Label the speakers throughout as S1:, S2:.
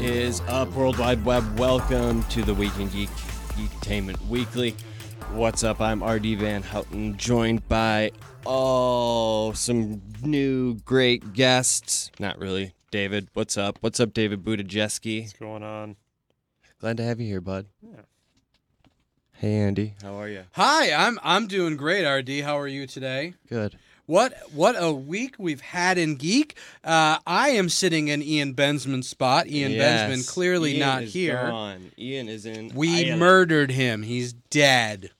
S1: is up, World Wide Web? Welcome to the Weekend Geek Geektainment Weekly. What's up? I'm RD Van Houten, joined by oh some new great guests. Not really, David. What's up? What's up, David Budajeski?
S2: What's going on?
S1: Glad to have you here, bud.
S2: Yeah.
S1: Hey, Andy. How are you?
S3: Hi, I'm I'm doing great, RD. How are you today?
S1: Good.
S3: What what a week we've had in geek. Uh, I am sitting in Ian Bensman's spot. Ian
S1: Yes.
S3: Bensman clearly
S1: Ian
S3: not
S1: is
S3: here.
S1: gone. Ian is in.
S3: We
S1: Ireland.
S3: murdered him. He's dead.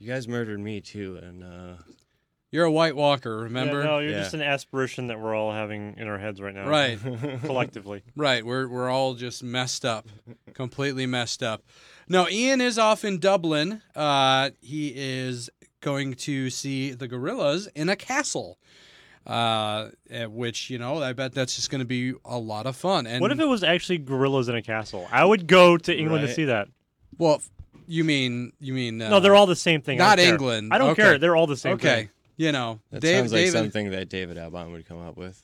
S1: You guys murdered me too, and uh,
S3: You're a White Walker,
S2: Yeah,
S3: remember?
S2: no, you're
S1: Yeah.
S2: just an aspiration that we're all having in our heads right now.
S3: Right,
S2: Collectively.
S3: right. We're we're all just messed up, completely messed up. No, Ian is off in Dublin. Uh, he is going to see the gorillas in a castle. Uh, at which you know, I bet that's just going to be a lot of fun. And
S2: what if it was actually gorillas in a castle? I would go to England
S1: Right.
S2: to see that.
S3: Well, f- you mean you mean uh,
S2: No, they're all the same thing. I
S3: not
S2: don't care.
S3: England.
S2: I don't
S3: Okay.
S2: care. They're all the same
S3: okay.
S2: thing.
S3: You know,
S1: that
S3: Dave,
S1: sounds like
S3: David,
S1: something that David Albon would come up with.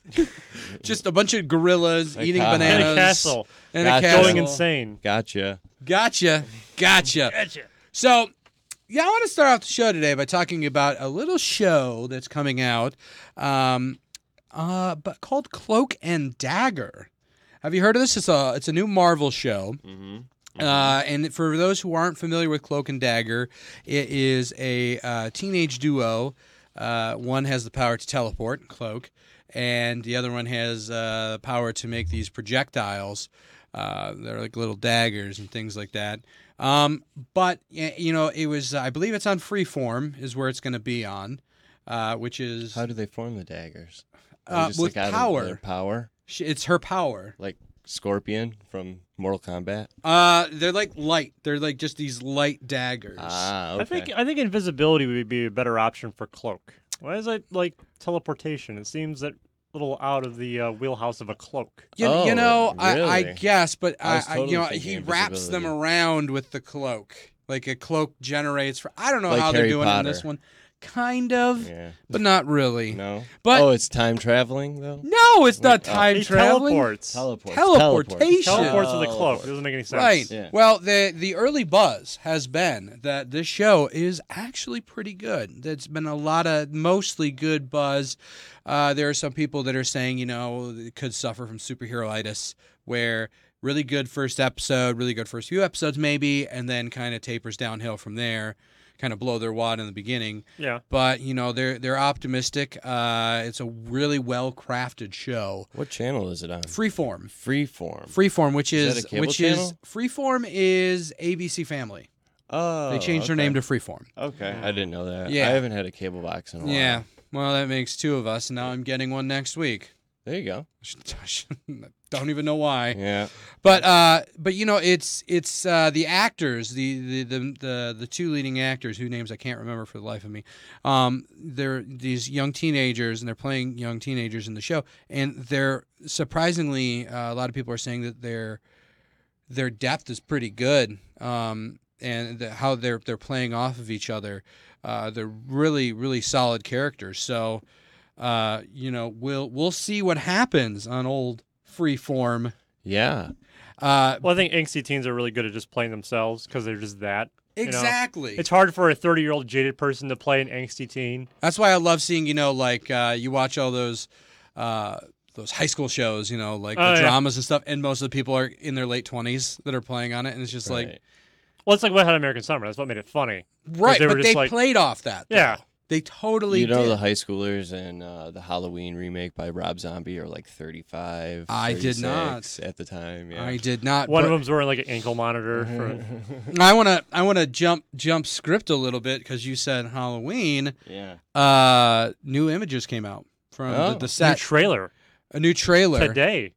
S3: just a bunch of gorillas
S1: Like
S3: eating
S1: how- In a
S2: In
S3: bananas
S2: a castle.
S3: in
S1: Gotcha.
S3: a castle.
S2: Going insane.
S1: Gotcha.
S3: Gotcha, gotcha.
S2: Gotcha.
S3: So, yeah, I want to start off the show today by talking about a little show that's coming out, um, uh, but called Cloak and Dagger. Have you heard of this? It's a it's a new Marvel show.
S1: Mm-hmm.
S3: Uh, and for those who aren't familiar with Cloak and Dagger, it is a uh, teenage duo. Uh, one has the power to teleport, Cloak, and the other one has uh, the power to make these projectiles. Uh, they're like little daggers and things like that. Um, but y- you know, it was I believe it's on Freeform is where it's going to be on, uh, which is
S1: How do they form the daggers? They
S3: Uh, with
S1: out of
S3: power.
S1: their power,
S3: sh- it's her power.
S1: like Scorpion from Mortal Kombat.
S3: Uh, they're like light. They're like just these light daggers.
S1: Ah, okay.
S2: I think I think invisibility would be a better option for cloak. Why is it like teleportation? It seems that little out of the uh, wheelhouse of a cloak.
S3: You,
S1: Oh,
S3: you know, I, I
S1: really?
S3: guess, but
S1: I
S3: I,
S1: was
S3: I,
S1: totally
S3: you know,
S1: thinking
S3: he wraps them
S1: invisibility.
S3: around with the cloak, like a cloak generates. For, I don't know
S1: Like
S3: how
S1: Harry
S3: they're doing it in this
S1: Potter.
S3: one, kind of,
S1: yeah.
S3: but not really. No,
S1: No.
S3: But-
S1: oh, it's time traveling though.
S3: it's not
S1: Like, oh.
S3: time
S2: he
S3: traveling.
S2: teleports.
S1: Teleport.
S3: Teleportation.
S2: Teleports with a cloak. It doesn't make any sense.
S3: Right.
S1: Yeah.
S3: Well, the the early buzz has been that this show is actually pretty good. There's been a lot of mostly good buzz. Uh, there are some people that are saying, you know, it could suffer from superheroitis, where really good first episode, really good first few episodes, maybe, and then kind of tapers downhill from there. Kind of blow their wad in the beginning,
S2: Yeah.
S3: but you know they're they're optimistic. Uh, it's a really well crafted show.
S1: What channel is it on?
S3: Freeform.
S1: Freeform.
S3: Freeform, which
S1: Is that
S3: is,
S1: a cable
S3: which is
S1: channel?
S3: Freeform is ABC Family.
S1: Oh,
S3: they changed their
S1: okay.
S3: name to Freeform.
S1: Okay, I didn't know that.
S3: Yeah.
S1: I haven't had a cable box in a while.
S3: Yeah. Well, that makes two of us, and now I'm getting one next week.
S1: There you go.
S3: Don't even know why,
S1: Yeah.
S3: but uh, but you know it's it's uh, the actors, the the, the the the two leading actors whose names I can't remember for the life of me. Um, they're these young teenagers, and they're playing young teenagers in the show, and they're surprisingly uh, a lot of people are saying that they're their depth is pretty good, um, and the, how they're they're playing off of each other. Uh, they're really really solid characters. So, uh, you know, we'll we'll see what happens on old Freeform.
S1: Yeah.
S3: Uh,
S2: Well, I think angsty teens are really good at just playing themselves because they're just that. You know,
S3: exactly.
S2: It's hard for a 30 year old jaded person to play an angsty teen.
S3: That's why I love seeing you know like uh, you watch all those. Uh, those high school shows, you know, like
S2: Oh,
S3: the
S2: yeah.
S3: dramas and stuff, and most of the people are in their late twenties that are playing on it, and it's just like
S1: Right.
S2: Well, it's like Wet Hot American Summer. That's what made it funny.
S3: right,
S2: they were
S3: but
S2: just
S3: they
S2: like-
S3: played off that. though.
S2: Yeah.
S3: they totally.
S1: you know
S3: did.
S1: the high schoolers and uh, the Halloween remake by Rob Zombie are like 35.
S3: I did not.
S1: 36 at the time. Yeah.
S3: I did not.
S2: One
S3: Uh, but-
S2: of them's wearing like an ankle monitor.
S1: Mm-hmm.
S2: For,
S3: I want to I want to jump jump script a little bit because you said Halloween.
S1: yeah.
S3: Uh, new images came out from
S1: Oh.
S3: the, the
S2: new
S3: set,
S2: trailer
S3: a new trailer,
S2: today.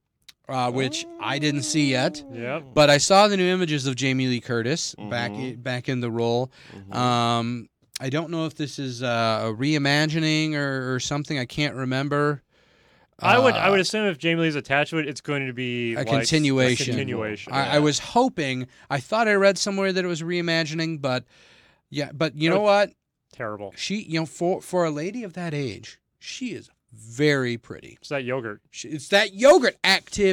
S3: uh, which I didn't see yet,
S2: Yep.
S3: but I saw the new images of Jamie Lee Curtis back
S1: Mhm.
S3: i- back in the role.
S1: Mhm.
S3: Um, I don't know if this is uh, a reimagining or, or something. I can't remember.
S2: I would
S3: Uh,
S2: I would assume if Jamie Lee's attached to it, it's going to be
S3: A
S2: like,
S3: continuation.
S2: A continuation.
S3: I, I was hoping. I thought I read somewhere that it was reimagining, but yeah. But you know
S2: Oh.
S3: what?
S2: Terrible.
S3: she you know for for a lady of that age she is very pretty.
S2: It's that yogurt.
S3: She- It's that yogurt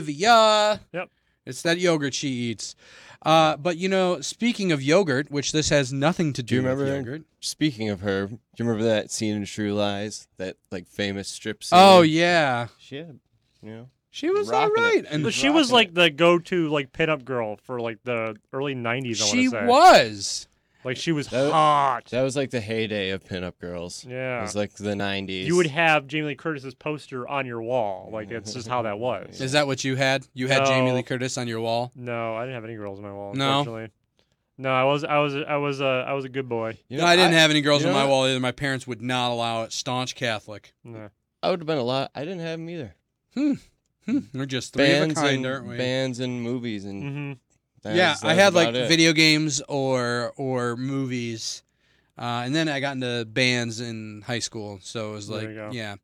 S3: Activia.
S2: Yep.
S3: It's that yogurt she eats. Uh, but you know, speaking of yogurt, which this has nothing to do,
S1: Do you
S3: with
S1: remember that?
S3: yogurt.
S1: Speaking of her, do you remember that scene in True Lies? That like famous strip scene.
S3: Oh yeah,
S1: she had, you know,
S3: she was all
S1: Rocking it. She
S3: right,
S2: But
S1: was
S3: and
S2: she was
S1: rocking
S2: like the go-to like pinup girl for like the early '90s. I
S3: she
S2: wanna say.
S3: was.
S2: like she was
S1: That-
S2: hot.
S1: that was like the heyday of pinup girls. It
S2: Yeah,
S1: was like the '90s.
S2: you would have Jamie Lee Curtis's poster on your wall. Like that's just how that was.
S3: Is that what you had? You had Jamie
S2: No.
S3: Lee Curtis on your wall.
S2: No, I didn't have any girls on my wall.
S3: No?
S2: Unfortunately. No, I was I was I was uh, I was a good boy.
S1: You
S3: no, I didn't
S1: I,
S3: have any girls
S1: you
S3: on
S1: know
S3: my
S1: what?
S3: wall either. My parents would not allow it. Staunch Catholic.
S2: No.
S1: I would have been a lot. I didn't have them either.
S3: Hmm, we're just three
S1: bands
S3: of a kind,
S1: and
S3: aren't we?
S1: bands and movies and
S2: hmm
S1: that
S3: yeah,
S1: was- that
S3: I
S1: was
S3: had like
S1: about it.
S3: video games or or movies, uh, and then I got into bands in high school. So it was
S2: There
S3: like,
S2: you go.
S3: yeah.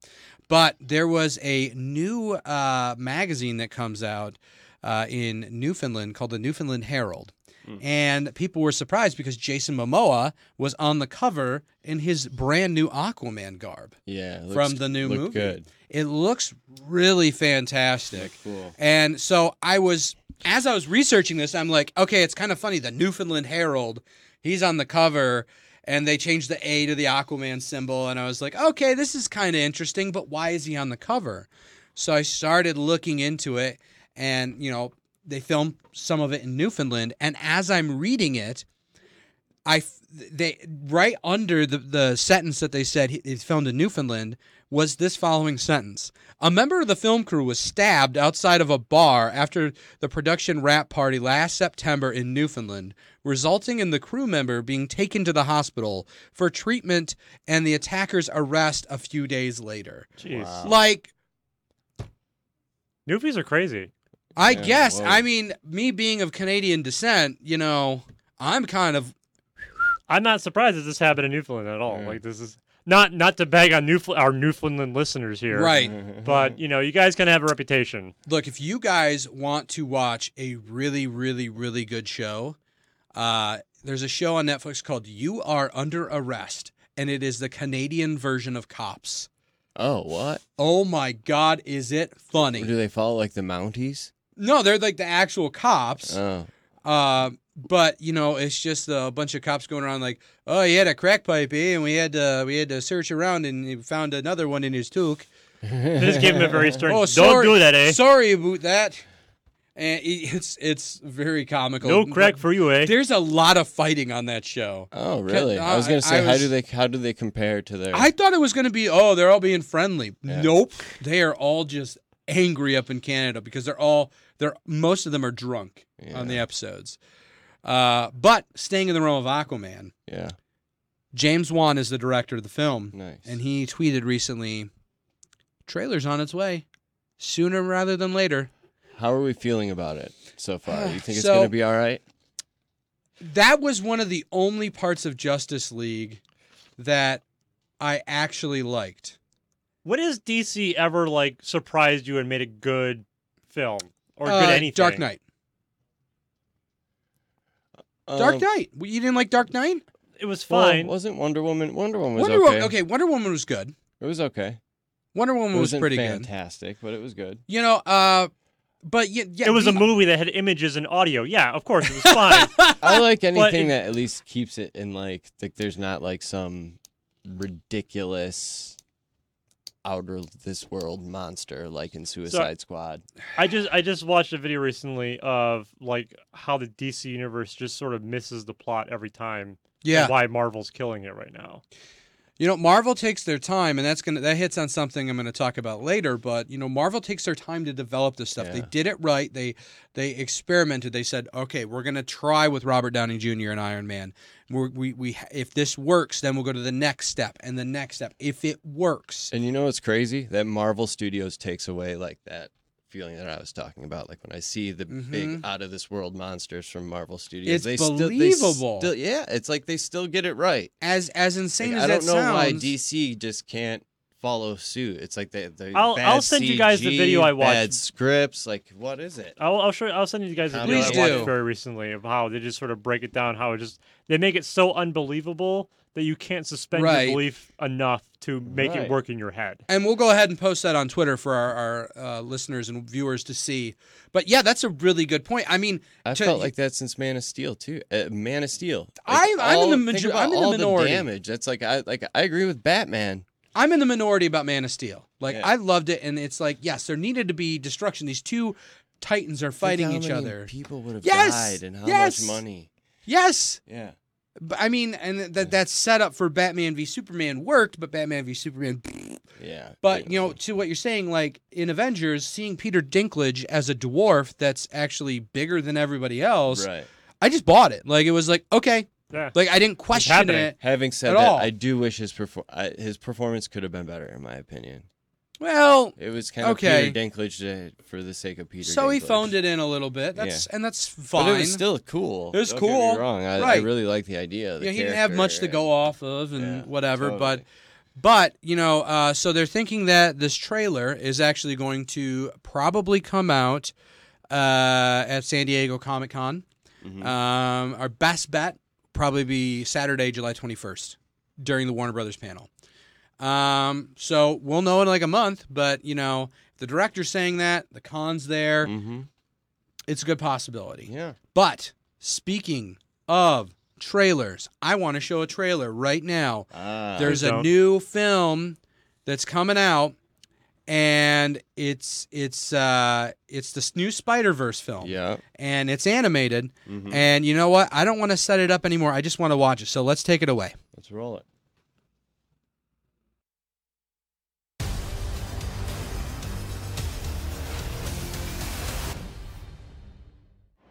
S3: But there was a new uh, magazine that comes out uh, in Newfoundland called the Newfoundland Herald.
S2: Hmm.
S1: Mm.
S3: And people were surprised because Jason Momoa was on the cover in his brand new Aquaman garb.
S1: Yeah, it
S3: from
S1: looks-
S3: the new
S1: looked
S3: movie.
S1: Good.
S3: It looks really fantastic.
S1: Looked Cool.
S3: And so I was, as I was researching this, I'm like, okay, it's kind of funny. The Newfoundland Herald, he's on the cover, and they changed the A to the Aquaman symbol. And I was like, okay, this is kind of interesting, but why is he on the cover? So I started looking into it, and, you know, they filmed some of it in Newfoundland. And as I'm reading it, I f- they right under the, the sentence that they said he- it's filmed in Newfoundland was this following sentence. A member of the film crew was stabbed outside of a bar after the production wrap party last September in Newfoundland, resulting in the crew member being taken to the hospital for treatment and the attacker's arrest a few days later.
S2: Jeez,
S1: Wow.
S3: Like
S2: Newfies are crazy.
S3: I
S1: Yeah,
S3: guess.
S1: whoa.
S3: I mean, me being of Canadian descent, you know, I'm kind of
S2: I'm not surprised that this happened in Newfoundland at all.
S1: Yeah.
S2: Like this is not not to beg on Newf- our Newfoundland listeners here,
S3: right.
S2: But you know, you guys gonna have a reputation.
S3: Look, if you guys want to watch a really, really, really good show, uh, there's a show on Netflix called You Are Under Arrest, and it is the Canadian version of Cops.
S1: Oh, what?
S3: Oh my God, is it funny?
S1: Do they follow like the Mounties?
S3: No, they're like the actual cops.
S1: Oh,
S3: Uh, but you know, it's just a bunch of cops going around like, "Oh, he had a crack pipe, eh? and we had to we had to search around, and we found another one in his toque."
S2: They just gave him a very stern.
S3: Oh,
S2: Don't
S3: sorry,
S2: do that, eh?
S3: Sorry about that. And it- it's it's very comical.
S2: no crack for you, eh?
S3: There's a lot of fighting on that show.
S1: oh, really? I was
S3: I-
S1: gonna say,
S3: I
S1: how
S3: was-
S1: do they how do they compare to their?
S3: I thought it was going to be oh they're all being friendly.
S1: Yeah.
S3: Nope, they are all just angry up in Canada because they're all they're most of them are drunk
S1: yeah,
S3: on the episodes. Uh, but staying in the realm of Aquaman,
S1: yeah,
S3: James Wan is the director of the film,
S1: nice.
S3: and he tweeted recently, "Trailer's on its way, sooner rather than later."
S1: how are we feeling about it so far? You think it's
S3: So-
S1: gonna be all right?
S3: that was one of the only parts of Justice League that I actually liked.
S2: When has DC ever like surprised you and made a good film or
S3: Uh,
S2: good anything?
S3: Dark Knight. Dark
S1: Um,
S3: Knight. Well, You didn't like Dark Knight?
S2: It was
S1: well,
S2: fine.
S1: wasn't Wonder Woman? Wonder Woman was
S3: Wonder
S1: okay.
S3: Woman. Okay, Wonder Woman was good.
S1: It was okay.
S3: Wonder Woman
S1: it
S3: was
S1: wasn't
S3: pretty good.
S1: fantastic, but it was good.
S3: You know, uh, but yeah, yeah
S2: it was a
S3: the-
S2: movie that had images and audio. Yeah, of course, it was fine.
S1: I like anything
S2: it-
S1: that at least keeps it in like like there's not like some ridiculous outer this world monster like in Suicide Squad.
S2: I just I just watched a video recently of like how the DC universe just sort of misses the plot every time.
S3: Yeah,
S2: and why Marvel's killing it right now.
S3: you know, Marvel takes their time, and that's gonna that hits on something I'm gonna talk about later. But you know, Marvel takes their time to develop this stuff. They
S1: Yeah.
S3: did it right. They they experimented. They said, okay, we're gonna try with Robert Downey Jr. and Iron Man. We're, we we if this works, then we'll go to the next step and the next step. If it works,
S1: And you know what's crazy? That Marvel Studios takes away like that feeling that I was talking about. Like when I see the big
S2: Mm-hmm.
S3: Mhm.
S1: out of this world monsters from Marvel Studios,
S3: It's
S1: they still- they
S3: believable.
S1: still- yeah, it's like they still get it right.
S3: as as insane
S1: Like,
S3: as
S1: I
S3: that
S1: don't know
S3: sounds,
S1: why DC just can't follow suit. It's like they they
S2: I'll-
S1: bad
S2: I'll send you guys the
S1: CG,
S2: video I watched.
S1: Bad scripts, like what is it?
S2: I'll, I'll show. I'll send you guys a video
S1: Please
S2: I watched
S3: do.
S2: very recently of how they just sort of break it down. How it just they make it so unbelievable that you can't suspend
S3: Right.
S2: your belief enough to make
S1: Right.
S2: it work in your head.
S3: and we'll go ahead and post that on Twitter for our, our uh, listeners and viewers to see. But yeah, that's a really good point. I mean,
S1: I
S3: to-
S1: felt like that since Man of Steel too. Uh, Man of Steel.
S3: I'm- I'm in the
S1: think
S3: major-
S1: about
S3: I'm in the
S1: all
S3: minority.
S1: damage. That's like I like I agree with Batman.
S3: I'm in the minority about Man of Steel. Like
S1: Yeah.
S3: I loved it, and it's like yes, there needed to be destruction. These two titans are fighting
S1: Think
S3: each
S1: how many
S3: other.
S1: People would have
S3: Yes!
S1: died, and how
S3: Yes!
S1: much money?
S3: Yes,
S1: Yeah.
S3: but I mean, and that that setup for Batman v Superman worked, but Batman v Superman.
S1: Yeah.
S3: But you know, to what you're saying, like in Avengers, seeing Peter Dinklage as a dwarf that's actually bigger than everybody else,
S1: right.
S3: I just bought it. Like it was like okay,
S2: Yeah.
S3: like I didn't question
S2: happening.
S3: it.
S1: Having
S3: At
S1: said that,
S3: all.
S1: I do wish his perfor- I, his performance could have been better, in my opinion.
S3: Well,
S1: It was kind of
S3: Okay.
S1: Peter Dinklage to, for the sake of Peter.
S3: so he
S1: Dinklage.
S3: phoned it in a little bit. That's and that's fine.
S1: But it was still cool.
S3: It was
S1: Don't get me
S3: cool.
S1: wrong, I, I
S3: Right.
S1: really like the idea. Of the
S3: yeah, he didn't have much to go off of and
S1: Yeah,
S3: whatever, but
S1: totally.
S3: but you know, uh, so they're thinking that this trailer is actually going to probably come out uh, at San Diego Comic Con.
S1: Hmm. Mm-hmm.
S3: Um, our best bet probably be Saturday, July twenty first, during the Warner Brothers panel. Um, so we'll know in like a month, but you know, the director's saying that the con's there.
S1: Mm-hmm.
S3: It's a good possibility.
S1: Yeah.
S3: But speaking of trailers, I want to show a trailer right now.
S1: Ah.
S3: There's a
S2: don't.
S3: new film that's coming out, and it's it's uh, it's this new Spider Verse film,
S1: Ah, yeah.
S3: and it's animated.
S1: Mhm.
S3: And you know what? I don't want to set it up anymore. I just want to watch it. So let's take it away.
S1: Let's roll it.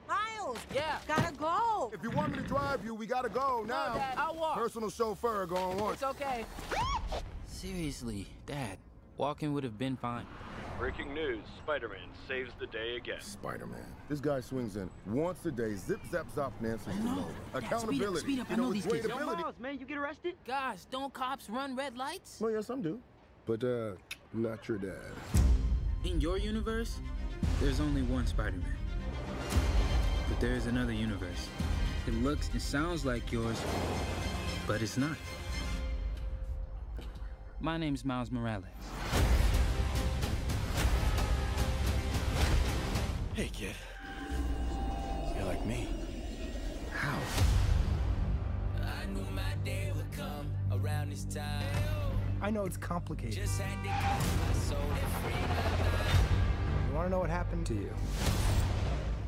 S4: Miles. Yeah. Gotta go.
S5: Oh,
S6: If you want me to drive you, we gotta go now.
S4: Dad, I'll walk.
S6: Personal chauffeur going once.
S4: It's okay.
S5: Seriously, Dad, walking would have been fine.
S7: Breaking news Spider-Man saves the day again.
S6: Spider-Man. This guy swings in once a day, zip zap zop, Nancy.
S4: I know.
S6: Sinone.
S4: Dad,
S6: Accountability.
S4: speed up, speed up. I
S6: You
S4: know
S6: it's
S4: these kids.
S6: relatability.
S8: man, you get arrested?
S5: Gosh, don't cops run red lights?
S6: Well, yeah, some do. But uh, not your dad.
S5: In your universe, there's only one Spider Man. But there is another universe. It looks and sounds like yours, but it's not. My name's Miles Morales.
S7: Hey, kid. You're like me.
S5: How? I knew my day would come around this time.
S8: I know it's complicated.
S5: Just had to get my soul
S8: You want to know what happened to you?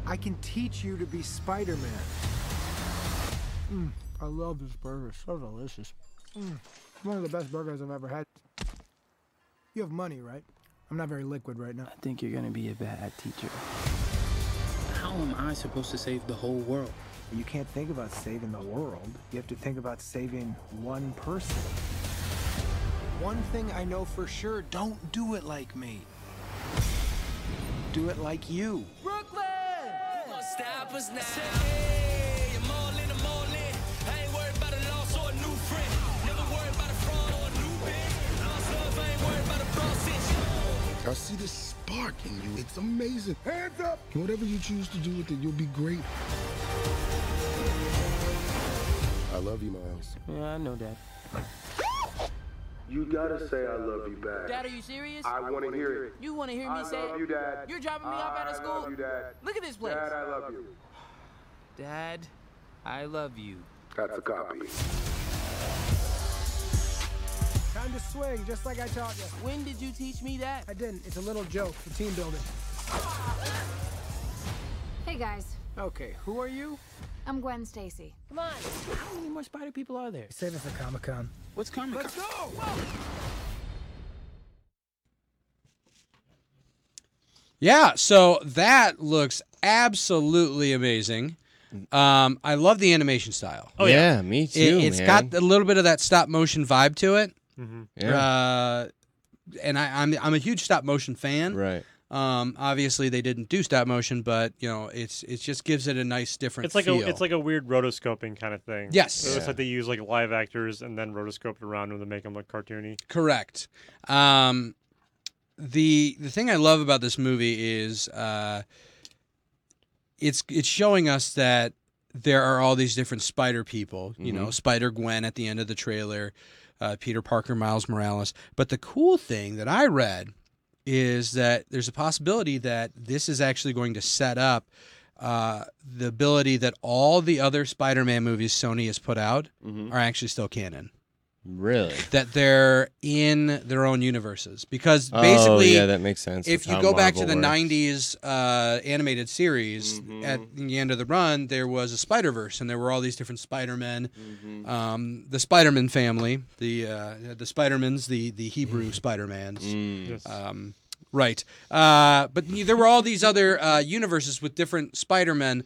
S8: I can teach you to be Spider Man. Mm, I love this burger. So delicious. Mm, one of the best burgers I've ever had. You have money, right? I'm not very liquid right now.
S9: I think you're gonna be a bad teacher.
S5: How am I supposed to save the whole world?
S8: You can't think about saving the world. You have to think about saving one person. One thing I know for sure don't do it like me. Do it like you.
S5: Stop us now. Hey, I'm all in, I'm all in. I ain't worried about a loss or a new friend. Never worried about a fraud or a new bitch. Lost love, I ain't worried about a process.
S6: I see the spark in you. It's amazing. Hands up. Whatever you choose to do with it, you'll be great. I love you, Miles.
S9: Yeah, I know that.
S6: You gotta say I love you back.
S5: Dad, are you serious?
S6: wanna hear it.
S5: you want to hear me say it?
S6: Dad.
S5: You're dropping me off out of school? Look at this place.
S6: I love you.
S5: Dad, I love you.
S6: That's a copy.
S8: Time to swing, just like I taught you.
S5: When did you teach me that?
S8: I didn't. It's a little joke for team building.
S10: Hey guys,
S8: Okay, who are you?
S10: I'm Gwen Stacy.
S9: How many more spider people are there?
S8: Save us for Comic Con.
S9: What's coming?
S8: Let's go!
S3: Yeah, so that looks absolutely amazing.
S1: Mm.
S3: Um, I love the animation style.
S1: Oh yeah. Me too.
S3: It, has
S1: man.
S3: got a little bit of that stop motion vibe to it.
S1: yeah.
S3: Uh, and I, I'm I'm a huge stop motion fan.
S1: right.
S3: Um, obviously they didn't do stop motion, but you know it's it just gives it a nice different.
S2: It's like
S3: feel.
S2: a it's like a weird rotoscoping kind of thing.
S3: Yes.
S2: It looks
S1: Yeah.
S2: like they use like live actors and then rotoscope it around them to make them look cartoony.
S3: correct. Um, the the thing I love about this movie is uh, it's it's showing us that there are all these different spider people, you know, Spider Gwen at the end of the trailer, uh, Peter Parker, Miles Morales. But the cool thing that I read is that there's a possibility that this is actually going to set up uh, the ability that all the other Spider Man movies Sony has put out are actually still canon.
S1: Really?
S3: That they're in their own universes. Because
S1: Oh,
S3: basically,
S1: yeah, that makes sense
S3: If
S1: with
S3: you
S1: how
S3: go back to
S1: Marvel
S3: the
S1: works. Mm-hmm.
S3: 90s uh, animated series, at the end of the run, there was a Spider Verse, and there were all these different Spider Men.
S1: Mm-hmm.
S3: Um, the Spider Man family, the uh, the Spider Mans, the, the Hebrew
S1: Mm.
S3: Spider Mans.
S2: Yes.
S3: Um, right. Uh, but there were all these other uh, universes with different Spider Men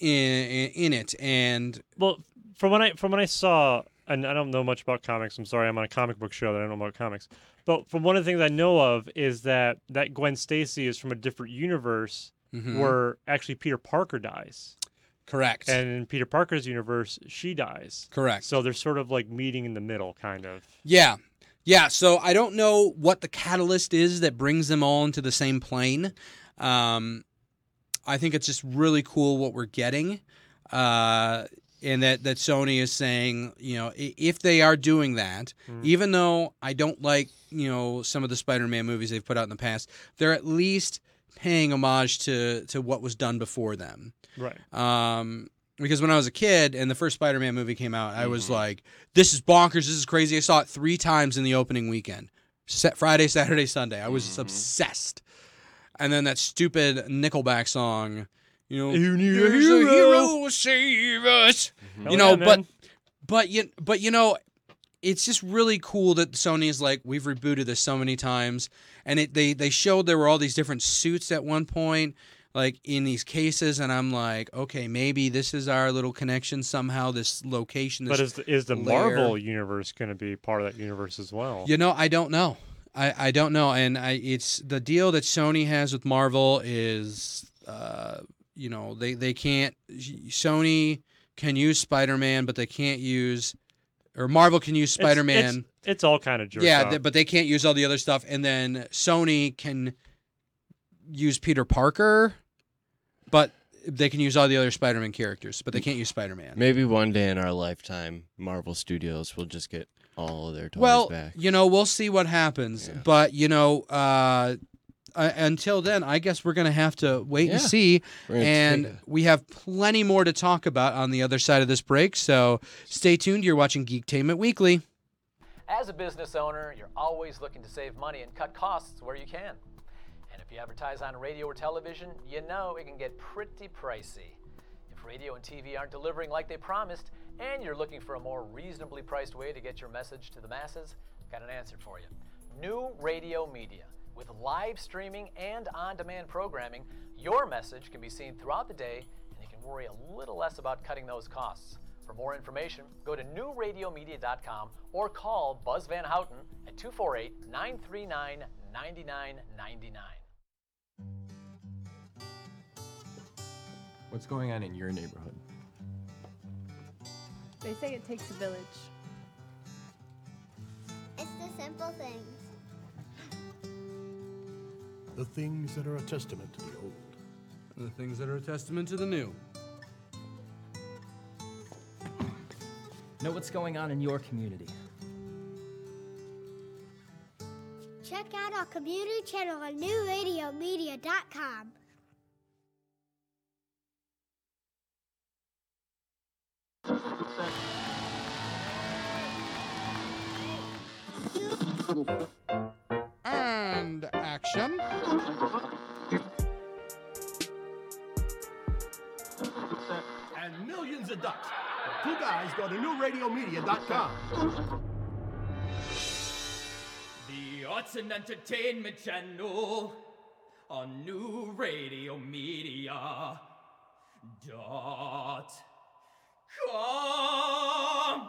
S3: in, in it. And
S2: Well, from when I from when I saw, and I don't know much about comics. I'm sorry, I'm on a comic book show that I don't know about comics. But from one of the things I know of is that that Gwen Stacy is from a different universe
S1: Mm-hmm.
S3: Mhm.
S2: where actually Peter Parker dies,
S3: correct.
S2: and in Peter Parker's universe she dies.
S3: Correct.
S2: So they're sort of like meeting in the middle, kind of.
S3: Yeah. Yeah. So I don't know what the catalyst is that brings them all into the same plane. Um, I think it's just really cool what we're getting. Uh, and that, that Sony is saying, you know, i- if they are doing that, even though I don't like, you know, some of the Spider Man movies they've put out in the past, they're at least paying homage to, to what was done before them.
S2: Right.
S3: Um, because when I was a kid and the first Spider-Man movie came out, I was like, "This is bonkers! This is crazy!" I saw it three times in the opening weekend, Sa- Friday, Saturday, Sunday. I was just obsessed. And then that stupid Nickelback song, you know,
S2: You need a
S3: "There's
S2: hero."
S3: who will save us.
S2: Hell
S3: Mm-hmm. you know,
S2: yeah,
S3: but
S2: man.
S3: but you but you know, it's just really cool that Sony is like we've rebooted this so many times, and it they they showed there were all these different suits at one point, like in these cases, and I'm like, okay, maybe this is our little connection somehow. This location, this
S2: But is is the
S3: lair.
S2: Marvel universe going to be part of that universe as well?
S3: You know, I don't know. I, I don't know, and I it's the deal that Sony has with Marvel is, uh, you know, they they can't. Sony can use Spider Man, but they can't use, or Marvel can use
S2: It's- it's-
S3: Spider Man.
S2: It's, all kind of jerked
S3: Yeah,
S2: up.
S3: th- but they can't use all the other stuff, and then Sony can use Peter Parker, but they can use all the other Spider Man characters, but they can't use Spider Man.
S1: Maybe one day in our lifetime, Marvel Studios will just get all of their toys
S3: well,
S1: back.
S3: you know, we'll see what happens. But you know, uh, uh, until then, I guess we're gonna have to wait and
S1: Yeah.
S3: see.
S1: We're gonna
S3: And
S1: take
S3: we have plenty more to talk about on the other side of this break. So stay tuned. You're watching Geektainment Weekly.
S8: As a business owner, you're always looking to save money and cut costs where you can. And if you advertise on radio or television, you know it can get pretty pricey. If radio and TV aren't delivering like they promised, and you're looking for a more reasonably priced way to get your message to the masses, I've got an answer for you. New radio media. With live streaming and on demand programming, your message can be seen throughout the day and you can worry a little less about cutting those costs. For more information, go to newradiomedia.com or call Buzz Van Houten at 248 939 9999.
S11: What's going on in your neighborhood?
S12: They say it takes a village.
S13: It's the simple things.
S6: The things that are a testament to the old.
S3: The things that are a testament to the new.
S14: Know what's going on in your community.
S13: Check out our community channel on newradiomedia.com.
S3: And action.
S6: And millions of ducks. Two guys go to newradiomedia.com.
S5: The Arts and Entertainment Channel on New Radio Media dot com.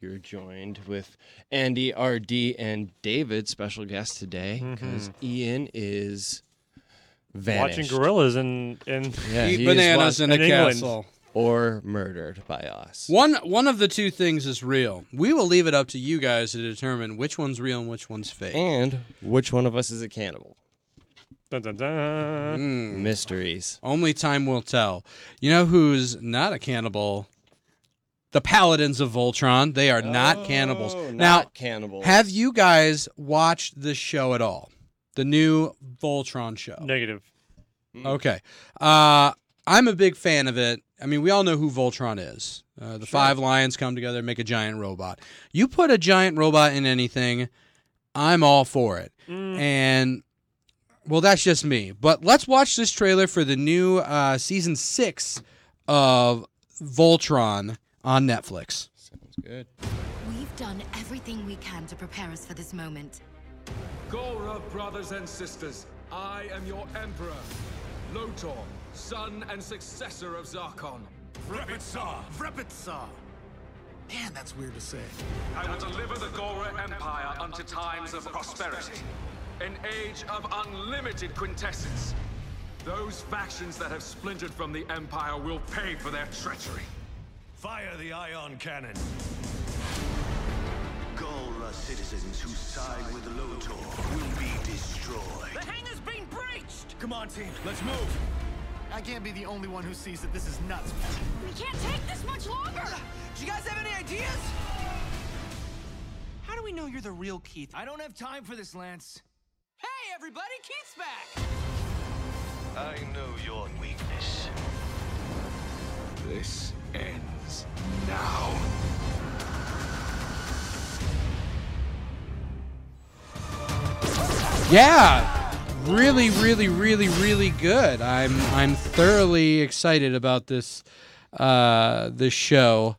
S1: You're joined with Andy, RD, and David, special guest today,
S7: Mm-hmm.
S1: because Ian is vanished.
S2: Watching gorillas in in
S1: Yeah, he is watched- or murdered by us.
S3: One one of the two things is real. We will leave it up to you guys to determine which one's real and which one's fake.
S1: And which one of us is a cannibal?
S2: Dun, dun, dun.
S3: Mm.
S1: Mysteries.
S3: Only time will tell. You know who's not a cannibal? The Paladins of Voltron. They are not cannibals.
S2: Oh,
S3: now,
S1: Oh, not cannibals.
S3: have you guys watched this show at all? The new Voltron show.
S2: Negative.
S3: Mm-hmm. Okay. Uh, I'm a big fan of it. I mean, we all know who Voltron is. Uh, the five lions come together and make a giant robot. You put a giant robot in anything, I'm all for it. And, well, that's just me. But let's watch this trailer for the new uh, season six of Voltron on Netflix.
S1: Sounds good.
S10: We've done everything we can to prepare us for this moment.
S15: Gora, brothers and sisters, I am your emperor, Lotor, son and successor of Zarkon. Vrepitsar! Vrepitsar!
S6: Man, that's weird to say.
S15: I will deliver the Gora Empire unto times of prosperity, an age of unlimited quintessence. Those factions that have splintered from the Empire will pay for their treachery.
S7: Fire the ion cannon. Golra citizens who side with Lotor will be destroyed.
S16: The hangar's been breached! Come on, team, let's move!
S17: I can't be the only one who sees that this is nuts.
S16: We can't take this much longer! Do you guys have any ideas?
S18: How do we know you're the real Keith?
S17: I don't have time for this, Lance.
S18: Hey, everybody, Keith's back!
S7: I know your weakness.
S15: This ends now.
S3: Yeah. Really, really, really, really good. I'm I'm thoroughly excited about this uh, this show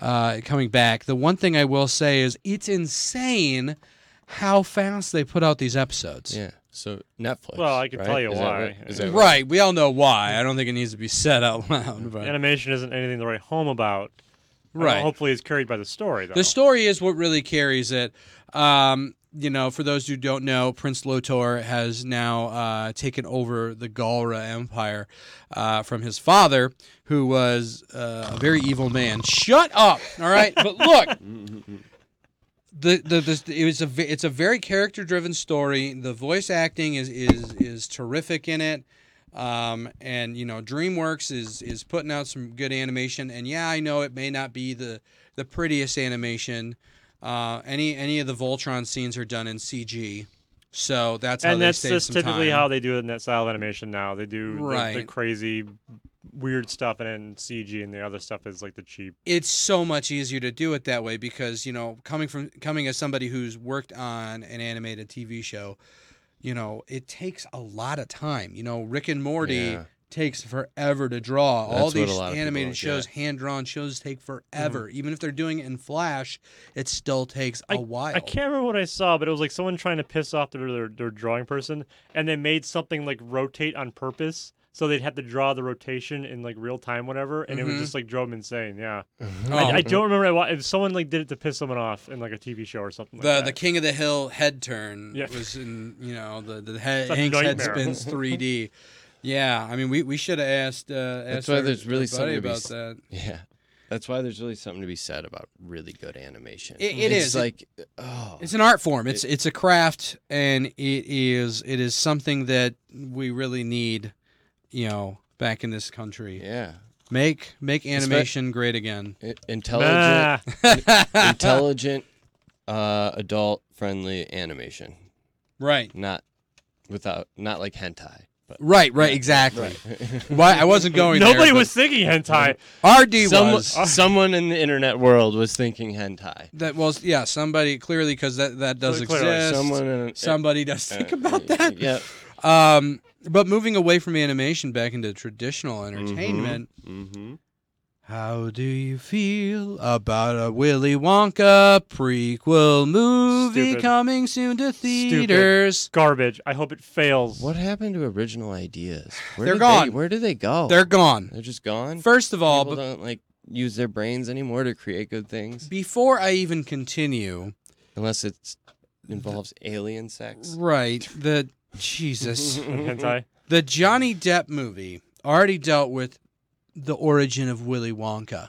S3: uh, coming back. The one thing I will say is it's insane how fast they put out these episodes.
S1: Yeah. So Netflix.
S2: Well, I can
S1: right?
S2: tell you
S1: Is that
S2: why.
S1: right? Is that
S3: right. We all know why. I don't think it needs to be said out loud. But
S2: Animation isn't anything to write home about. I don't know,
S3: Right.
S2: Hopefully, it's carried by the story though.
S3: The story is what really carries it. Um, you know, for those who don't know, Prince Lotor has now uh, taken over the Galra Empire uh, from his father, who was uh, a very evil man. Shut up! All right, but look, the, the, the it was a ve- it's a very character driven story. The voice acting is is is terrific in it. Um, and you know, DreamWorks is is putting out some good animation. And yeah, I know it may not be the the prettiest animation. Uh, any any of the Voltron scenes are done in CG, so that's how
S2: and
S3: they
S2: that's
S3: save
S2: just
S3: some
S2: typically
S3: time.
S2: how they do it in that style of animation now. They do the- the,
S3: Right.
S2: crazy, weird stuff, and then CG, and the other stuff is like the cheap.
S3: it's so much easier to do it that way because you know coming from coming as somebody who's worked on an animated TV show, you know it takes a lot of time. You know Rick and Morty
S1: Yeah.
S3: takes forever to draw. All
S1: That's what a
S3: these
S1: lot of people
S3: animated
S1: don't
S3: shows,
S1: get. Mm.
S3: hand drawn shows, take forever. Even if they're doing it in Flash, it still takes a
S2: I,
S3: while.
S2: I can't remember what I saw, but it was like someone trying to piss off their, their their drawing person, and they made something like rotate on purpose, so they'd have to draw the rotation in like real time, whatever, and it
S3: Mhm.
S2: was just like drove them insane. Yeah,
S3: Oh.
S2: I, I don't remember. I wa- if someone like did it to piss someone off in like a TV show or something.
S3: the
S2: like
S3: the
S2: that.
S3: King of the Hill head turn
S2: Yeah.
S3: was in you know the the
S2: It's
S3: head,
S2: a
S3: Hank's head
S2: nightmare.
S3: spins 3D. Yeah, I mean we, we should have asked. Uh, asked
S1: That's why
S3: our-
S1: there's
S3: our
S1: really
S3: buddy
S1: something to be
S3: about
S1: s-
S3: that.
S1: Yeah. That's why there's really something to be said about really good animation.
S3: It- it
S1: it's
S3: is. It-
S1: like oh
S3: It's an art form. It's it's a craft, and it is it is something that we really need, you know, back in this country.
S1: Yeah,
S3: make make
S1: Espe-
S3: animation great again.
S1: I- intelligent i- intelligent uh adult friendly animation.
S3: Right.
S1: Not without not like hentai. But
S3: Right, right,
S1: Yeah,
S3: exactly.
S1: right.
S3: Why I wasn't going. there,
S2: Nobody
S3: but-
S2: was uh, thinking hentai.
S3: RD
S1: Someone-
S3: was.
S1: someone in the internet world was thinking hentai.
S3: That was yeah. Somebody clearly because that that does
S1: Clearly, clearly.
S3: exist.
S1: Someone in-
S3: somebody does
S1: uh,
S3: think about that.
S1: yep.
S3: Um, but moving away from animation back into traditional entertainment,
S1: Mm-hmm.
S3: How do you feel about a Willy Wonka prequel movie
S2: Stupid.
S3: coming soon to
S2: Stupid.
S3: theaters?
S2: Garbage. I hope it fails.
S1: What happened to original ideas?
S3: They're
S1: did
S3: gone.
S1: They, where do they go?
S3: They're gone.
S1: They're just gone.
S3: First of all,
S1: people
S3: be-
S1: don't like use their brains anymore to create good things,
S3: Before I even continue,
S1: unless it involves alien sex.
S3: Right. The Jesus.
S1: And hentai.
S3: The Johnny Depp movie already dealt with the origin of Willy Wonka.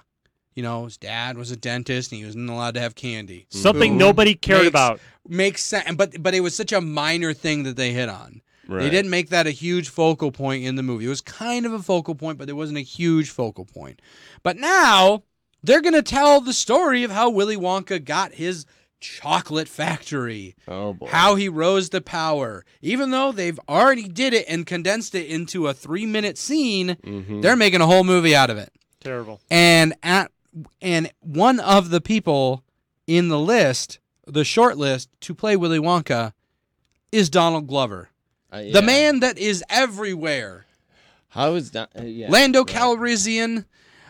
S3: You know, his dad was a dentist and he wasn't allowed to have candy.
S2: Something nobody cared
S3: Makes-
S2: about.
S3: Makes sense, but but it was such a minor thing that they hit on. They
S2: Right.
S3: didn't make that a huge focal point in the movie. It was kind of a focal point, but it wasn't a huge focal point. But now they're going to tell the story of how Willy Wonka got his chocolate factory.
S1: Oh boy.
S3: How he rose to power. Even though they've already did it and condensed it into a 3-minute scene,
S1: Mhm.
S3: they're making a whole movie out of it.
S2: Terrible.
S3: And at and one of the people in the list, the short list to play Willy Wonka is Donald Glover.
S1: Uh, yeah.
S3: The man that is everywhere.
S1: How is that? uh, yeah.
S3: Lando Calrissian.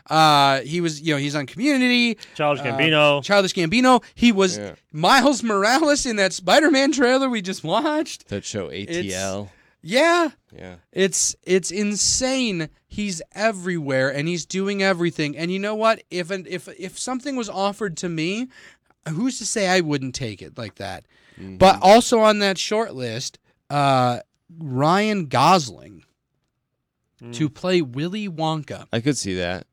S3: Uh, he was, you know, he's on Community.
S2: Childish
S3: uh,
S2: Gambino.
S3: Childish Gambino. He was
S1: Oh. Yeah.
S3: Miles Morales in that Spider-Man trailer we just watched.
S1: That show ATL.
S3: Yeah,
S1: yeah.
S3: it's it's insane. He's everywhere and he's doing everything. And you know what? If an, if if something was offered to me, who's to say I wouldn't take it like that? But also on that short list, uh, Ryan Gosling to play Willy Wonka.
S1: I could see that.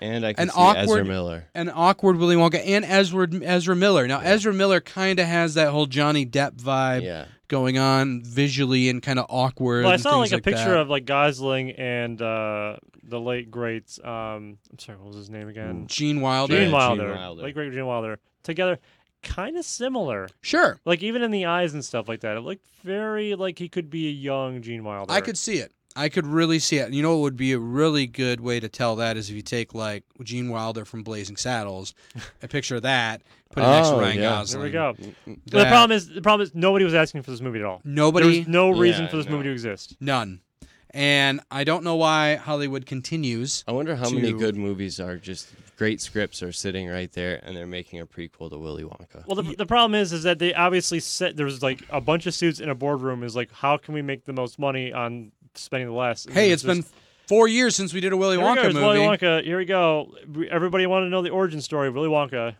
S1: And I could
S3: An
S1: see
S3: awkward
S1: Ezra Miller.
S3: An awkward Willy Wonka and Ezra Ezra Miller. Now Ezra Miller kind of has that whole Johnny Depp vibe going on visually and kind of awkward.
S2: Well, I
S3: and
S2: saw like
S3: things
S2: a picture
S3: that.
S2: of like Gosling and uh, the late great. Um, I'm sorry, what was his name again?
S3: Gene Wilder.
S2: Gene
S3: Yeah, Mm, Gene
S2: Wilder.
S3: Wilder.
S2: Late great Gene Wilder. Together, kind of similar.
S3: Sure.
S2: Like even in the eyes and stuff like that, it looked very like he could be a young Gene Wilder.
S3: I could see it. I could really see it. And you know what would be a really good way to tell that is if you take like Gene Wilder from Blazing Saddles, a picture of that, put it next to
S2: Oh,
S3: Ryan
S2: yeah.
S3: Gosling.
S2: There we go. But the
S3: That-
S2: problem is, the problem is nobody was asking for this movie at all.
S3: Nobody.
S2: There was no reason for this movie to exist.
S3: None. And I don't know why Hollywood continues.
S1: I wonder how many
S3: to-
S1: good movies are just great scripts are sitting right there and they're making a prequel to Willy Wonka.
S2: Well, the, the problem is, is that they obviously set there's like a bunch of suits in a boardroom. Is like, how can we make the most money on spending less? And
S3: Hey,
S2: it's
S3: it's been
S2: just,
S3: four years since we did a Willy
S2: Oh, here we
S3: Wonka
S2: go, it's
S3: movie.
S2: Willy Wonka. Here we go. We- Everybody wanted to know the origin story of Willy Wonka.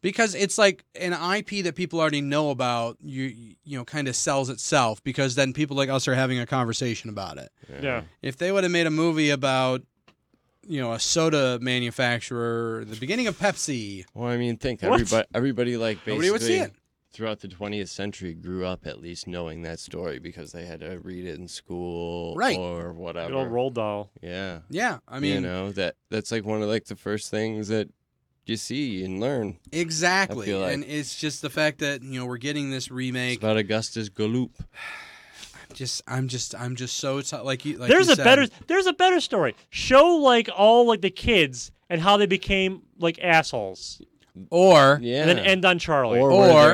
S3: because it's like an IP that people already know about. You you know, kind of sells itself because then people like us are having a conversation about it.
S2: Yeah.
S3: If they would have made a movie about, you know, a soda manufacturer, the beginning of Pepsi,
S1: Well, I mean, think
S3: What?
S1: everybody, everybody like basically
S3: Nobody would see it.
S1: throughout the 20th century grew up at least knowing that story because they had to read it in school,
S3: Right.
S1: or whatever.
S2: old roll doll.
S1: Yeah.
S3: Yeah, I
S1: you
S3: mean-
S1: know that that's like one of like the first things that you see and learn. I
S3: exactly,
S1: feel like.
S3: and it's just the fact that you know we're getting this
S1: it's
S3: remake.
S1: about Augustus Gloop.
S3: Just I'm just I'm just so t- like you. Like
S2: there's
S3: you
S2: a
S3: said,
S2: better there's a better story. Show like all like the kids and how they became like assholes.
S3: or
S2: And then end on Charlie.
S3: where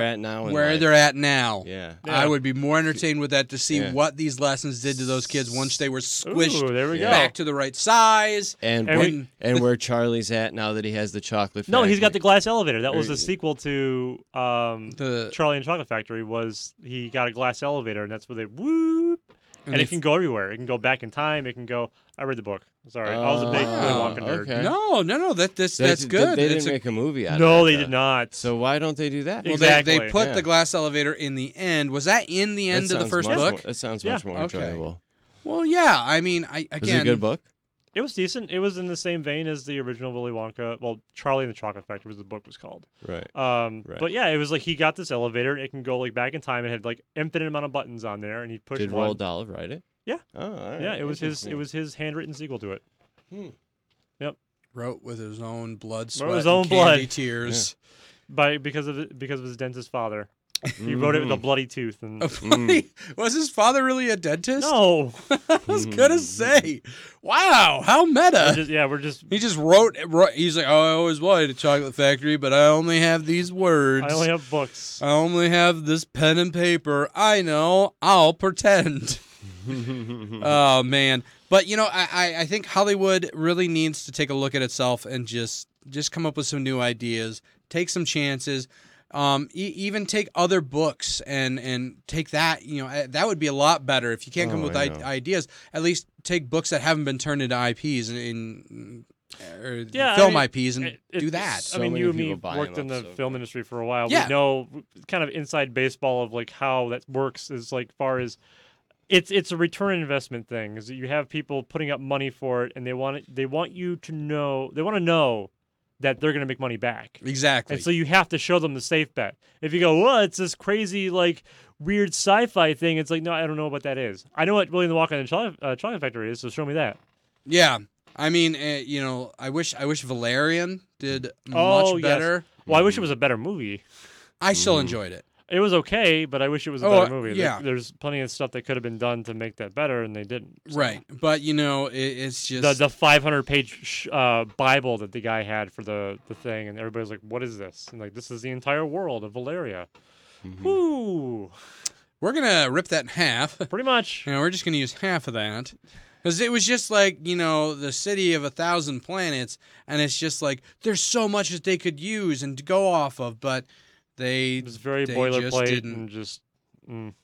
S3: they're at now.
S1: Yeah.
S3: I would be more entertained with that to see
S1: Yeah.
S3: what these lessons did to those kids once they were squished
S2: Ooh, there we go.
S3: back to the right size.
S1: And
S2: And
S1: where,
S2: we-
S1: and where Charlie's at now that he has the chocolate.
S2: No, he's got the
S1: factory.
S2: glass elevator. That was
S1: Or-
S2: the sequel to um, Charlie and Chocolate Factory. Was he got a glass elevator, and that's where they whoop,
S3: And
S2: and,
S3: they
S2: it can go everywhere. It can go back in time. It can go. I read the book. Sorry, I was a big Willy
S1: Oh,
S2: Wonka nerd.
S1: okay.
S3: No, no, no. That this
S1: They-
S3: that's
S1: they-
S3: good.
S1: They,
S3: It's
S1: didn't
S3: a-
S1: make a movie out
S2: No,
S1: of it.
S2: they did not.
S1: uh, So why don't they do that?
S3: Well, they, they put the glass elevator in the end. Was that in the
S1: That
S3: end of the
S1: sounds
S3: first
S1: much
S3: book?
S1: more- that sounds much more
S3: Okay.
S1: enjoyable.
S3: Well, yeah. I mean, I again.
S1: Was it a good book?
S2: It was decent. It was in the same vein as the original Willy Wonka. Well, Charlie and the Chocolate Factory was the book was called.
S1: Right.
S2: Um.
S1: Right.
S2: But yeah, it was like he got this elevator. It can go like back in time. It had like infinite amount of buttons on there, and he pushed.
S1: Did
S2: one.
S1: Roald Dahl write it?
S2: Yeah.
S1: Oh, all
S2: yeah.
S1: right,
S2: It was his. It
S1: interesting.
S2: was his handwritten sequel to it. Yep.
S3: Wrote with his own blood, sweat,
S2: Wrote his
S3: and
S2: own
S3: candy
S2: blood.
S3: tears.
S2: By because of it- because of his dentist father. He wrote it with a
S3: Mhm.
S2: bloody tooth. And
S3: was his father really a dentist?
S2: Mm. No.
S3: I was
S1: Mm.
S3: gonna say, wow, how meta.
S2: We're just- yeah, we're just.
S3: He just wrote. wrote- He's like, oh, I always wanted a chocolate factory, but I only have these words.
S2: I only have
S3: um,
S2: books.
S3: I only have this pen and paper. I know. I'll pretend. oh man but you know I, I i think hollywood really needs to take a look at itself and just just come up with some new ideas take some chances um, e- even take other books and and take that you know uh, that would be a lot better if you can't come
S1: Oh,
S3: up with
S1: I
S3: I-
S1: know.
S3: ideas at least take books that haven't been turned into ips and, and eh, or
S2: yeah, I
S3: film
S2: mean,
S3: ips and
S2: it- it-
S3: do that
S2: I mean, you and me worked in the film industry for a while.
S3: Yeah.
S2: We know kind of inside baseball of like how that works as like far as it's it's a return on investment thing. Is that you have people putting up money for it, and they want it, they want you to know they want to know that they're going to make money back.
S3: Exactly.
S2: And so you have to show them the safe bet. If you go, well, it's this crazy like weird sci-fi thing. It's like, no, I don't know what that is. I know what Willy the Walker and the Chocolate, uh, Chocolate Factory is. So show me that.
S3: yeah i mean uh, you know i wish i wish valerian did
S2: oh, yes.
S3: much better
S2: Well, I wish it was a better movie.
S3: I still enjoyed it.
S2: It was okay, but I wish it was a
S3: Oh,
S2: better movie. There-
S3: yeah.
S2: there's plenty of stuff that could have been done to make that better, and they didn't. So
S3: right but you know it, it's just
S2: The the 500 page sh- uh, Bible that the guy had for the the thing, and everybody's like, "What is this?" And like, this is the entire world of Valeria.
S3: Mm-hmm.
S2: Woo!
S3: We're gonna rip that in half.
S2: Pretty much.
S3: And we're just gonna use half of that. Because it was just like, you know, the city of a thousand planets, and it's just like there's so much that they could use and to go off of, but they it was
S2: Very boilerplate and just. mm.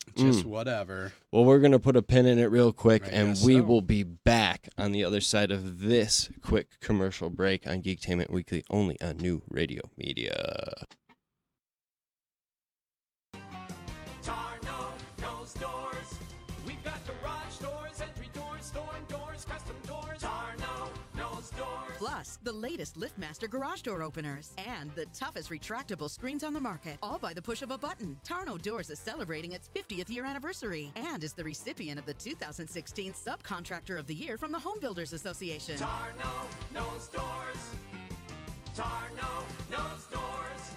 S1: Mm.
S3: just whatever.
S1: Well, we're going to put a pin in it real quick,
S3: I
S1: and
S3: guess
S1: we
S3: so.
S1: will be back on the other side of this quick commercial break on Geektainment Weekly, only on new radio media.
S8: Tarno knows doors. We've got garage doors, entry doors, storm doors, custom doors. Tarno knows doors.
S5: Plus, the latest LiftMaster garage door openers and the toughest retractable screens on the market, all by the push of a button. Tarno Doors is celebrating its 50th year anniversary and is the recipient of the 2016 Subcontractor of the Year from the Home Builders Association.
S8: Tarno knows doors. Tarno knows doors.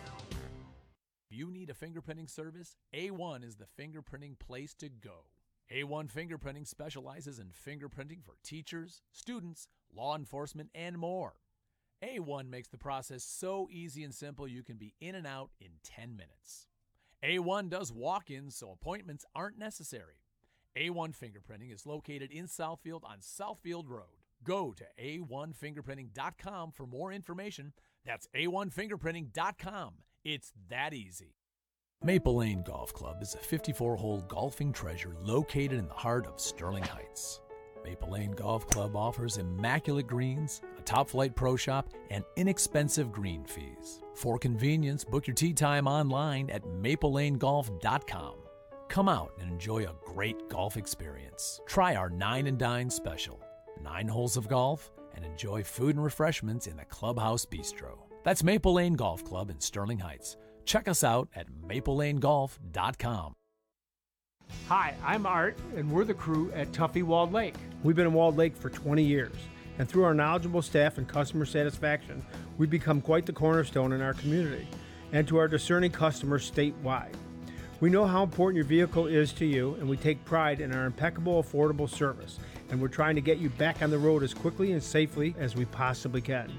S8: If you need a fingerprinting service, A1 is the fingerprinting place to go. A1 Fingerprinting specializes in fingerprinting for teachers, students, law enforcement, and more. A1 makes the process so easy and simple you can be in and out in 10 minutes. A1 does walk ins, so appointments aren't necessary. A1 Fingerprinting is located in Southfield on Southfield Road. Go to a1fingerprinting.com for more information. That's a1fingerprinting.com. It's that easy. Maple Lane Golf Club is a 54 hole golfing treasure located in the heart of Sterling Heights. Maple Lane Golf Club offers immaculate greens, a top flight pro shop, and inexpensive green fees. For convenience, book your tee time online at maplelanegolf.com. Come out and enjoy a great golf experience. Try our Nine and Dine special nine holes of golf and enjoy food and refreshments in the Clubhouse Bistro. That's Maple Lane Golf Club in Sterling Heights. Check us out at maplelanegolf.com.
S19: Hi, I'm Art, and we're the crew at Tuffy Walled Lake. We've been in Walled Lake for 20 years, and through our knowledgeable staff and customer satisfaction, we've become quite the cornerstone in our community and to our discerning customers statewide. We know how important your vehicle is to you, and we take pride in our impeccable, affordable service, and we're trying to get you back on the road as quickly and safely as we possibly can.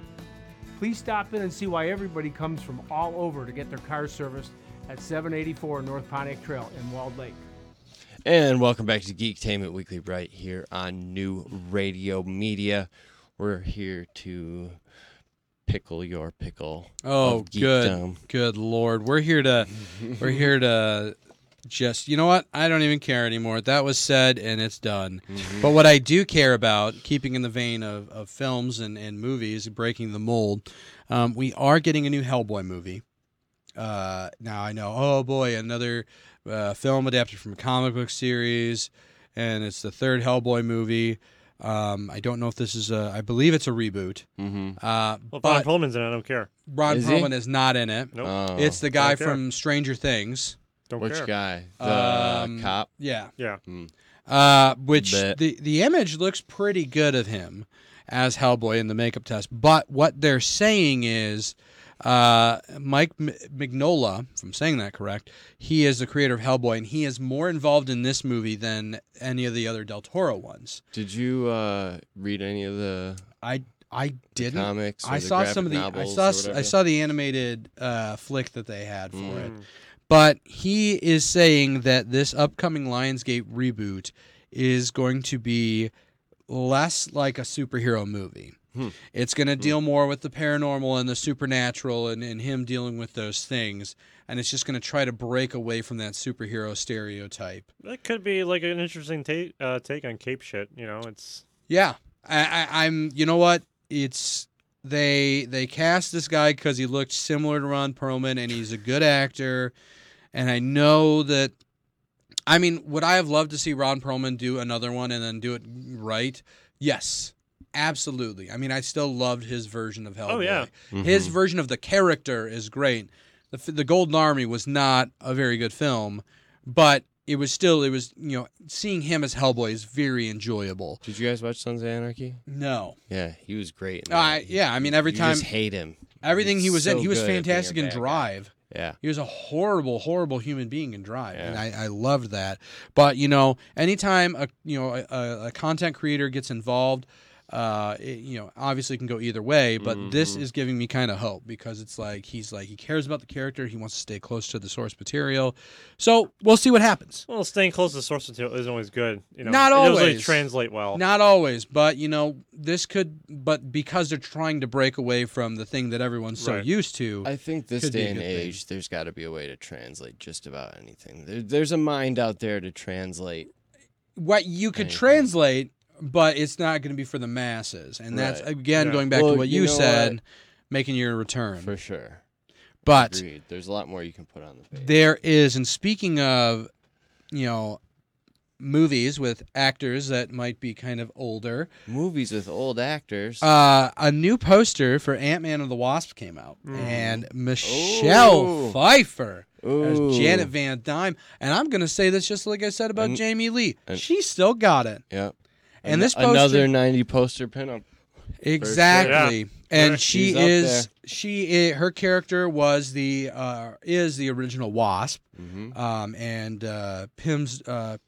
S19: Please stop in and see why everybody comes from all over to get their cars serviced at 784 North Pontiac Trail in Walled Lake.
S1: And welcome back to Geektainment Weekly, right here on New Radio Media. We're here to pickle your pickle.
S3: Oh,
S1: of geekdom.
S3: good, good lord. We're here to, we're here to, just you know what? I don't even care anymore. That was said and it's done.
S1: Mm-hmm.
S3: But what I do care about, keeping in the vein of, of films and and movies, breaking the mold, um, we are getting a new Hellboy movie. Uh, now I know. Oh boy, another uh, film adapted from a comic book series, and it's the third Hellboy movie. Um, I don't know if this is a. I believe it's a reboot. Mm-hmm. Uh,
S2: Well, Ron
S3: but
S2: Perlman's in it. I don't care.
S3: Ron
S2: Is he?
S3: Perlman is not in it.
S2: Nope.
S1: Uh,
S2: Oh.
S3: It's the
S2: Don't
S3: guy
S2: care.
S3: from Stranger Things.
S2: Don't Which care. guy?
S1: The cop?
S3: Yeah.
S2: Yeah.
S3: Uh, which
S1: Bet.
S3: the the image looks pretty good of him as Hellboy in the makeup test. But what they're saying is, uh, Mike M- Mignola, if I'm saying that correct, he is the creator of Hellboy, and he is more involved in this movie than any of the other Del Toro ones.
S1: Did you uh, read any of the?
S3: I I didn't.
S1: comics or
S3: I
S1: the
S3: saw some
S1: graphic
S3: of the. I
S1: novels
S3: saw.
S1: or
S3: s- I
S1: whatever?
S3: saw the animated uh, flick that they had for it,
S1: Mm.
S3: but he is saying that this upcoming Lionsgate reboot is going to be less like a superhero movie.
S20: Hmm.
S3: It's going to deal more with the paranormal and the supernatural and, and him dealing with those things. And it's just going to try to break away from that superhero stereotype.
S2: That could be like an interesting take uh, take on cape shit. You know, it's
S3: Yeah, I, I, I'm. You know what? It's they they cast this guy because he looked similar to Ron Perlman, and he's a good actor. And I know that. I mean, would I have loved to see Ron Perlman do another one and then do it right? Yes, absolutely. I mean, I still loved his version of Hellboy.
S2: Oh, yeah.
S3: his
S2: Mhm.
S3: version of the character is great. The, f- the Golden Army was not a very good film, but it was still it was you know seeing him as Hellboy is very enjoyable.
S1: Did you guys watch Sons of Anarchy?
S3: No.
S1: Yeah, he was great. in
S3: I-
S1: that.
S3: Uh, yeah, I mean, every
S1: you
S3: time-
S1: just hate him.
S3: Everything
S1: He's
S3: he was in,
S1: so
S3: he was
S1: good at being a
S3: fantastic in
S1: bad guy.
S3: Drive.
S1: Yeah.
S3: He was a horrible, horrible human being in Drive, and I, I loved that. But you know, anytime a you know a- a, a content creator gets involved, uh, it, you know, obviously it can go either way. But this
S1: Mm-hmm.
S20: Mhm.
S3: is giving me kind of hope because it's like he's like he cares about the character, he wants to stay close to the source material. So we'll see what happens.
S2: well, staying close to the source material isn't always good. You know,
S3: Not
S2: it doesn't really
S3: always.
S2: translate well.
S3: Not always, but you know, this could, but because they're trying to break away from the thing that everyone's so used to.
S1: I think this
S3: could be a
S1: day and
S3: good thing.
S1: age, there's got to be a way to translate just about anything. There, there's a mind out there to translate.
S3: what you could translate, but it's not going to be for the masses. And that's
S1: Right.
S3: again
S1: Yeah.
S3: going back
S1: Well,
S3: to what
S1: you
S3: you,
S1: know
S3: said,
S1: what?
S3: making your return
S1: for sure.
S3: But
S1: Agreed. there's a lot more you can put on the page.
S3: there is, and speaking of, you know, movies with actors that might be kind of older,
S1: Movies with old actors.
S3: uh, a new poster for Ant Man and the Wasp came out,
S1: Mm.
S3: and Michelle
S1: Ooh.
S3: Pfeiffer as
S1: Ooh.
S3: Janet Van Dyne. And I'm going to say this just like I said about
S1: And-
S3: Jamie Lee.
S1: and-
S3: she still got it.
S1: Yep.
S3: And
S1: An-
S3: this poster-
S1: another '90 poster pinup. For sure.
S3: Exactly. And she
S1: She's up
S3: is
S1: there.
S3: she i her character was the uh, is the original Wasp, um, and uh, Pym's uh,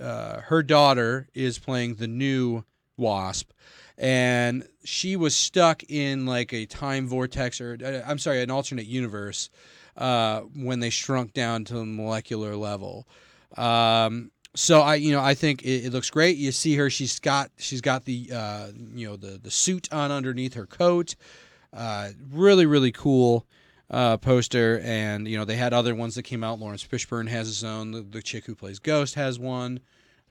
S3: uh, her daughter is playing the new Wasp, and she was stuck in like a time vortex or uh, I'm sorry, an alternate universe uh, when they shrunk down to a molecular level. Um, so I, you know, I think it, it looks great. You see her; she's got she's got the uh, you know the the suit on underneath her coat. Uh, really, really cool uh, poster. And you know they had other ones that came out. Lawrence Fishburne has his own. The, the chick who plays Ghost has one.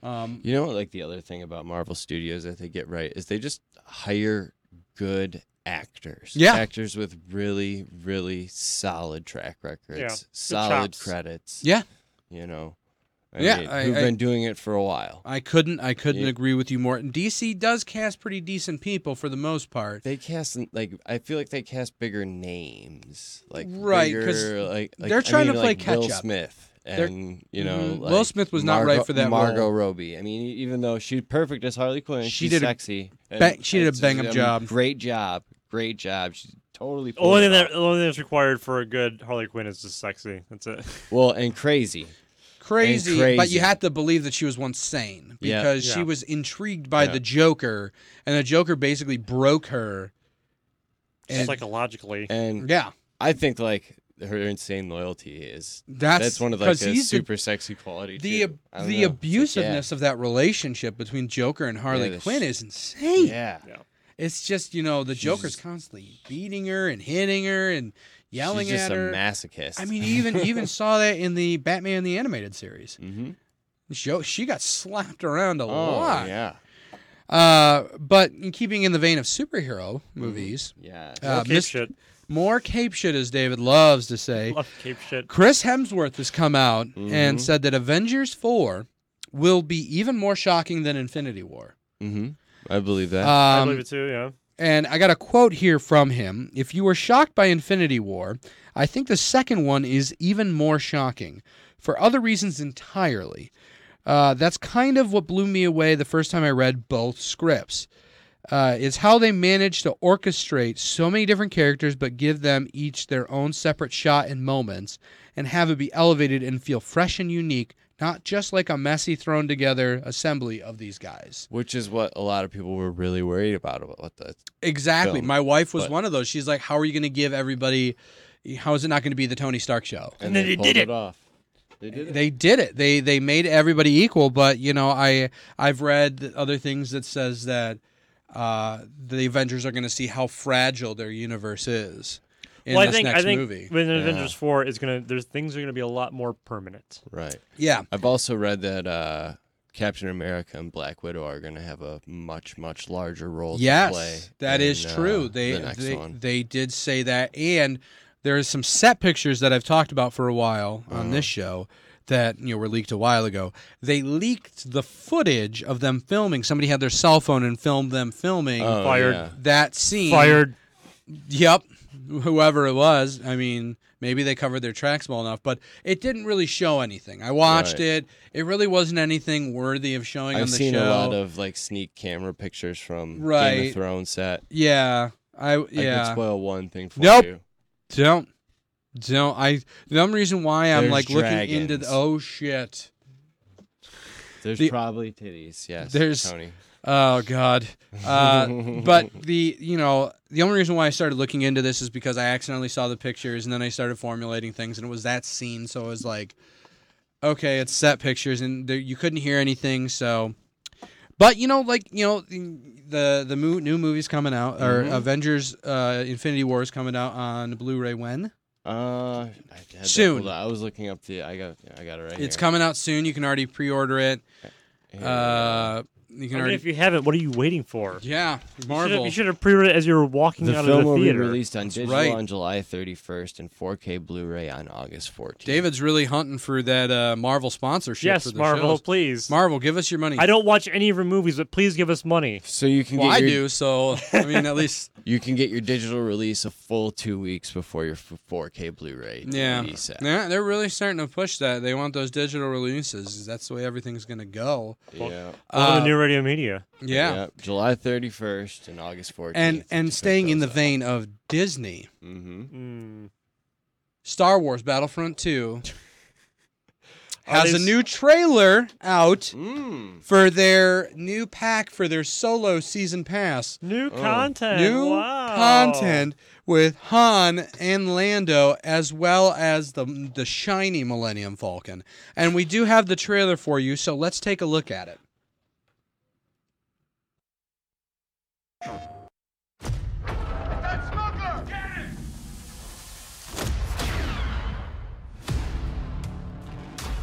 S3: Um,
S1: You know, what, like the other thing about Marvel Studios that they get right is they just hire good actors.
S3: Yeah.
S1: Actors with really, really solid track records,
S3: Yeah. Good
S1: solid
S3: chops.
S1: credits.
S3: Yeah.
S1: You know,
S3: Yeah,
S1: mean,
S3: I-
S1: who've
S3: I-
S1: been doing it for a while.
S3: I couldn't I couldn't
S1: Yeah.
S3: agree with you more. And DC does cast pretty decent people for the most part.
S1: They cast like I feel like they cast bigger names, like
S3: Right, 'cause
S1: bigger, like, like-
S3: they're
S1: I
S3: trying to
S1: mean,
S3: play
S1: like Will
S3: catch-up.
S1: Smith
S3: They're-
S1: and you know
S3: Mhm. Will
S1: like
S3: Smith was not right
S1: Margot-
S3: for that
S1: Margot
S3: role.
S1: Robbie. I mean, e, even though she's perfect as Harley Quinn,
S3: She
S1: she's
S3: did a
S1: sexy. and
S3: bang- she did a
S1: it's-
S3: bang-up
S1: I mean,
S3: job.
S1: Great job, great job. She totally.
S2: The
S1: pulled it
S2: only thing that
S1: off.
S2: the only thing that's required for a good Harley Quinn is just sexy. That's it.
S1: well and crazy,
S3: crazy,
S1: And
S3: but
S1: crazy.
S3: you had to believe that she was once sane
S1: Yeah.
S3: because she
S1: Yeah.
S3: was intrigued by
S1: Yeah.
S3: the Joker, and the Joker basically broke her. And
S2: Psychologically,
S1: and
S3: yeah,
S1: I think like her insane loyalty is
S3: That's-
S1: that's, one of
S3: 'cause
S1: like a
S3: he's the-
S1: super sexy quality.
S3: the
S1: too. I don't
S3: the
S1: know. It's like, yeah.
S3: abusiveness of that relationship between Joker and Harley
S1: Yeah, the
S3: Quinn
S1: sh-
S3: is insane.
S1: Yeah.
S3: It's just you know the Joker's constantly beating her and hitting her and yelling
S1: She's just
S3: at her.
S1: a masochist.
S3: I mean, even even saw that in the Batman the animated series.
S1: Mm-hmm.
S3: She, she got slapped around a
S1: Oh,
S3: lot.
S1: yeah.
S3: Uh, but in keeping in the vein of superhero movies, uh,
S1: Yeah.
S2: Mm-hmm. More cape shit.
S3: More cape shit, as David loves to say.
S2: Love cape shit.
S3: Chris Hemsworth has come out and
S2: Mhm.
S3: said that Avengers Four will be even more shocking than Infinity War.
S1: Mm-hmm. I believe that.
S2: I
S3: Um,
S2: believe it too. Yeah.
S3: And I got a quote here from him. If you were shocked by Infinity War, I think the second one is even more shocking for other reasons entirely. Uh, that's kind of what blew me away the first time I read both scripts. Uh, it's how they managed to orchestrate so many different characters, but give them each their own separate shot and moments, and have it be elevated and feel fresh and unique, not just like a messy thrown together assembly of these guys.
S1: Which is what a lot of people were really worried about about the
S3: Exactly.
S1: film.
S3: My wife was
S1: But-
S3: one of those. She's like, "How are you going to give everybody? How is it not going to be the Tony Stark show?"
S1: And, they pulled it, off. They did it.
S3: They did it. They they made everybody equal. But you know, I I've read th- other things that says that uh, the Avengers are going to see how fragile their universe is in
S2: well, I
S3: this
S2: think
S3: next
S2: I think
S3: movie.
S2: when
S1: Yeah.
S2: Avengers four is gonna, there's things are gonna be a lot more permanent.
S1: Right.
S3: Yeah.
S1: I've also read that uh, Captain America and Black Widow are going to have a much, much larger role to play.
S3: Yes, that is
S1: in, uh,
S3: true. they
S1: the next
S3: they,
S1: one.
S3: they did say that, and there is some set pictures that I've talked about for a while on this
S1: Uh-huh.
S3: show that you know were leaked a while ago. They leaked the footage of them filming. Somebody had their cell phone and filmed them filming.
S1: Oh, Fired. yeah.
S3: that scene.
S2: Fired.
S3: Yep. Whoever it was, I mean, maybe they covered their tracks well enough, but it didn't really show anything. I watched
S1: Right.
S3: it. It really wasn't anything worthy of showing on
S1: I've
S3: the
S1: seen a
S3: show.
S1: lot of like sneak camera pictures from Game
S3: Right.
S1: of Thrones set.
S3: Yeah, I
S1: I
S3: yeah.
S1: could spoil one thing for
S3: nope.
S1: you.
S3: Don't. Don't. I. The only reason why I'm
S1: There's
S3: like looking into
S1: dragons.
S3: the. Oh shit.
S1: There's
S3: The-
S1: probably titties. Yes.
S3: There's.
S1: Tony.
S3: Oh god. Uh, but the you know the only reason why I started looking into this is because I accidentally saw the pictures and then I started formulating things and it was that scene so I was like, okay, it's set pictures and there, you couldn't hear anything so. But you know, like you know, the the mo- new movies coming out or
S1: Mhm.
S3: Avengers: uh, Infinity War is coming out on Blu-ray when?
S1: Uh, I had that
S3: Soon.
S1: pulled up. I was looking up the. I got. I got it right
S3: It's
S1: here.
S3: coming out soon. You can already pre-order it.
S1: Here we go.
S3: Uh, you
S2: I
S3: can
S2: mean,
S3: already.
S2: if you haven't, what are you waiting for?
S3: yeah,
S2: You should've-
S3: Marvel.
S2: You should have pre-read it as you were walking
S1: The
S2: out
S1: film
S2: of
S1: will
S2: the
S1: be
S2: theater.
S1: released on digital
S3: right.
S1: on July 31st and 4K Blu-ray on August 14th.
S3: David's really hunting for that uh, Marvel sponsorship.
S2: Yes,
S3: for the
S2: Marvel,
S3: shows.
S2: please.
S3: Marvel, give us your money.
S2: I don't watch any of your movies, but please give us money.
S1: So you can
S3: Well,
S1: get
S3: I
S1: your,
S3: do. So I mean, at least
S1: You can get your digital release a full two weeks before your f- 4K Blu-ray
S3: yeah.
S1: DVD set.
S3: yeah, they're really starting to push that. They want those digital releases. That's the way everything's gonna go.
S1: Yeah.
S2: Welcome
S3: Uh,
S2: to New Radio Media.
S3: yeah.
S1: Yep, July 31st and August 14th.
S3: and and staying in the vein of Disney,
S1: Mm-hmm.
S3: Star Wars Battlefront Two
S2: Are
S3: has
S2: they
S3: a
S2: s-
S3: new trailer out
S1: Mm.
S3: for their new pack for their solo season pass.
S2: New content.
S3: oh. new
S2: wow.
S3: content with Han and Lando, as well as the the shiny Millennium Falcon. And we do have the trailer for you, so let's take a look at it.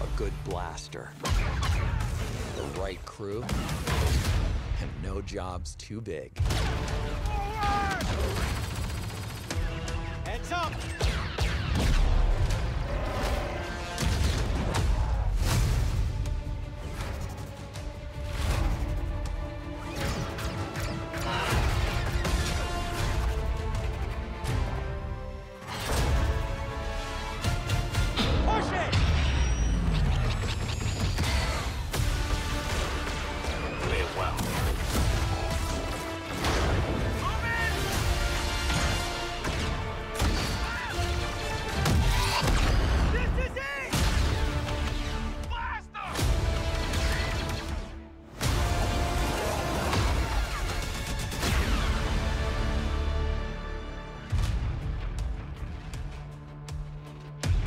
S20: a good blaster, the right crew, and no job's too big.
S18: Heads up! Push it!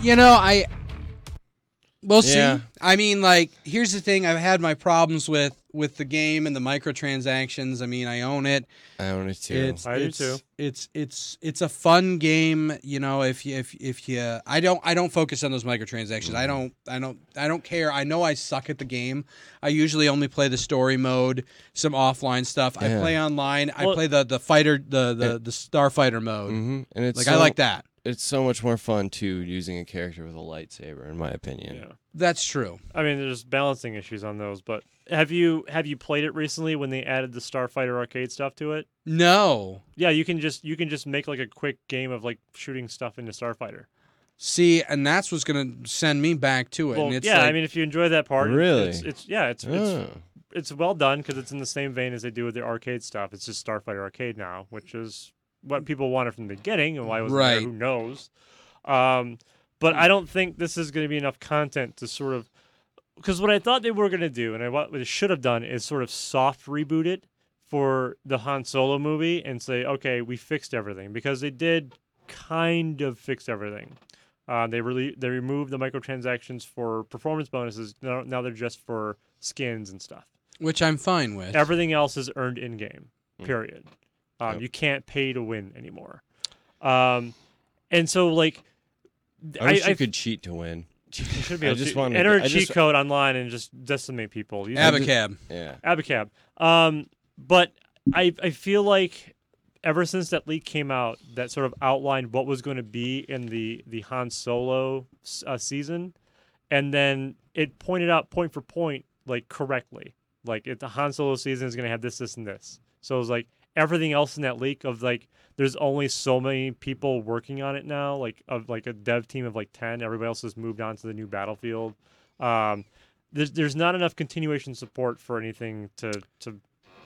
S3: You know, I we'll
S1: Yeah.
S3: see. I mean, like, here's the thing: I've had my problems with with the game and the microtransactions. I mean, I own it.
S1: I own it too.
S3: It's,
S2: I do
S3: it's,
S2: too.
S3: It's it's it's a fun game, you know. If you if if you, I don't I don't focus on those microtransactions.
S1: Mm-hmm.
S3: I don't I don't I don't care. I know I suck at the game. I usually only play the story mode, some offline stuff. I
S1: Yeah.
S3: play online. I
S2: Well-
S3: play the the fighter the the, the starfighter mode.
S1: Mhm, and it's
S3: like
S1: so,
S3: I like that.
S1: It's so much more fun too using a character with a lightsaber, in my opinion.
S2: Yeah.
S3: That's true.
S2: I mean, there's balancing issues on those, but have you have you played it recently when they added the Starfighter arcade stuff to it?
S3: No,
S2: Yeah, you can just you can just make like a quick game of like shooting stuff into Starfighter.
S3: see, and that's what's gonna send me back to it.
S2: Well,
S3: and it's
S2: yeah, I
S3: like-
S2: mean, if you enjoy that part, it's-
S1: Really?
S2: it's, it's yeah, it's it's
S1: Oh.
S2: it's well done because it's in the same vein as they do with their arcade stuff. It's just Starfighter Arcade now, which is what people wanted from the beginning, and why it was there,
S3: Right.
S2: who knows? Um, but I don't think this is going to be enough content to sort of because what I thought they were going to do, and I, what they should have done, is sort of soft reboot it for the Han Solo movie and say, okay, we fixed everything because they did kind of fix everything. Uh, they really they removed the microtransactions for performance bonuses. Now, now they're just for skins and stuff.
S3: Which I'm fine with.
S2: Everything else is earned in game.
S1: Mm.
S2: Period. Um, You can't pay to win anymore. Um, and so like, th-
S1: I wish you could cheat to win.
S2: You should be
S1: I
S2: able
S1: just
S2: to
S1: wanted-
S2: enter
S1: I
S2: a cheat
S1: just-
S2: code online and just decimate people. You-
S3: Abacab.
S1: Yeah.
S2: Abacab. Um, but I I feel like ever since that leak came out, that sort of outlined what was going to be in the the Han Solo s- uh, season, and then it pointed out point for point like correctly, like it, the Han Solo season is going to have this, this, and this. So it was like everything else in that leak of like there's only so many people working on it now, like of like a dev team of like ten. Everybody else has moved on to the new battlefield. Um, there's there's not enough continuation support for anything to to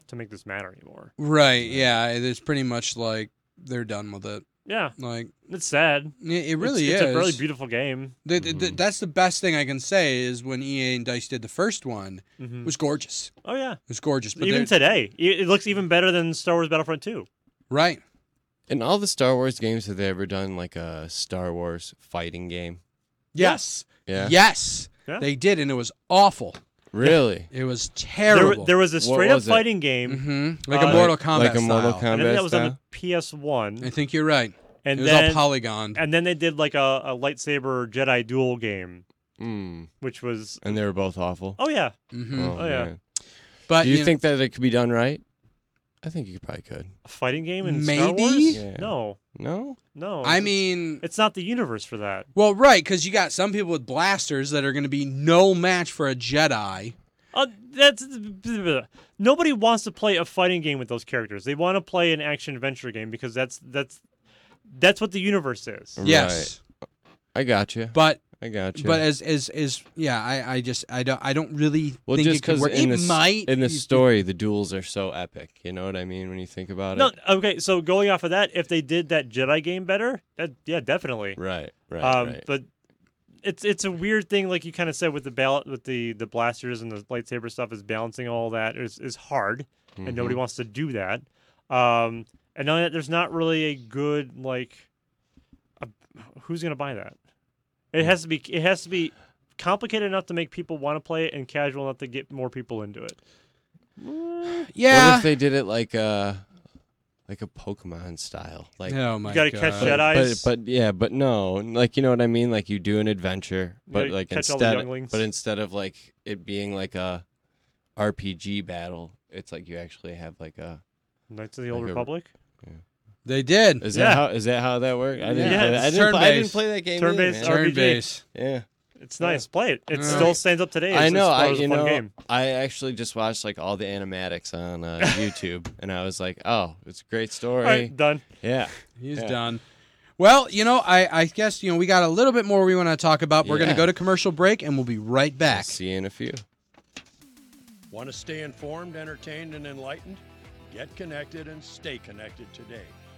S2: to make this matter anymore.
S3: Right. Yeah. it- It's pretty much like they're done with it.
S2: Yeah.
S3: Like
S2: It's sad.
S3: Yeah, it really
S2: it's,
S3: is.
S2: It's a really beautiful game.
S3: The, the, the- that's the best thing I can say is when EA and Dice did the first one,
S2: Mhm.
S3: it was gorgeous.
S2: Oh yeah.
S3: It was gorgeous. But
S2: even
S3: they're-
S2: today, i- it looks even better than Star Wars Battlefront Two.
S3: Right.
S1: In all the Star Wars games, have they ever done like a Star Wars fighting game?
S3: Yes.
S1: Yeah.
S3: Yes.
S2: Yeah.
S3: They did, and it was awful.
S1: Really?
S3: It was
S2: There,
S3: terrible.
S2: wa- there was a
S1: What
S2: straight up
S1: was it?
S2: fighting game,
S3: Mhm. Like a
S2: Uh,
S3: Mortal Kombat
S1: Uh, Like a Mortal
S3: style.
S2: and I think that was on
S1: Kombat
S2: the PS One.
S3: I think you're right.
S2: And
S3: it was
S2: then
S3: all polygon.
S2: And then they did like a, a lightsaber Jedi duel game,
S1: Mm.
S2: which was
S1: And they were both awful.
S2: oh yeah,
S3: Mhm.
S2: oh yeah,
S1: man.
S3: But
S1: do you,
S3: you know-
S1: think that it could be done right? I think you probably could.
S2: a fighting game in Star
S3: Maybe?
S2: Wars.
S1: Yeah.
S2: No,
S1: No.
S2: no.
S3: I
S2: it's-
S3: mean,
S2: it's not the universe for that.
S3: well, right, because you got some people with blasters that are going to be no match for a Jedi.
S2: Uh, that's nobody wants to play a fighting game with those characters. They want to play an action adventure game because that's that's that's what the universe is.
S3: Yes.
S1: I got you.
S3: But
S1: I got you.
S3: But as as as yeah, I I just I don't I don't really
S1: well,
S3: think
S1: just
S3: it could
S1: because
S3: work.
S1: in
S3: it
S1: the
S3: might
S1: in the
S3: you-
S1: story, the duels are so epic. You know what I mean when you think about
S2: No,
S1: it.
S2: okay. So going off of that, if they did that Jedi game better, that yeah, definitely.
S1: Right. Right.
S2: um,
S1: right.
S2: But it's it's a weird thing, like you kind of said with the ballot with the the blasters and the lightsaber stuff is balancing all that is is hard, and nobody
S1: Mhm.
S2: wants to do that. Um, and now that there's not really a good like, a, who's gonna buy that?
S1: Mm.
S2: It has to be it has to be complicated enough to make people want to play it and casual enough to get more people into it.
S1: What
S3: yeah.
S1: if they did it like a like a Pokemon style? Like
S3: oh my
S2: gotta
S3: god.
S2: catch
S1: but,
S2: Jedis.
S1: But, but yeah, but no, like you know what I mean. Like you do an adventure, but
S2: Yeah,
S1: like
S2: catch all the
S1: instead,
S2: younglings.
S1: but instead of like it being like a RPG battle, it's like you actually have like a.
S2: Knights of the Old
S1: Like a-
S2: Republic.
S3: They did.
S1: Is
S2: Yeah.
S1: that how is that how that worked? I didn't.
S2: Yeah,
S1: play that.
S2: it's
S1: I, didn't play, I didn't
S3: turn-based.
S1: play that game. either,
S2: Turn-based
S1: man.
S2: RPG.
S3: Turn base.
S1: Yeah.
S2: It's nice. Play it. It
S3: Yeah.
S2: still stands up today.
S1: I
S2: It's-
S1: know.
S2: it's-
S1: I
S2: it was a
S1: you
S2: fun
S1: know.
S2: game.
S1: I actually just watched like all the animatics on uh, YouTube, and I was like, "Oh, it's a great story."
S2: All right, done.
S1: Yeah.
S3: He's
S1: Yeah.
S3: done. Well, you know, I, I guess you know we got a little bit more we want to talk about. We're going
S1: Yeah.
S3: to go to commercial break, and we'll be right back.
S1: See you in a few.
S21: Want to stay informed, entertained, and enlightened? Get connected and stay connected today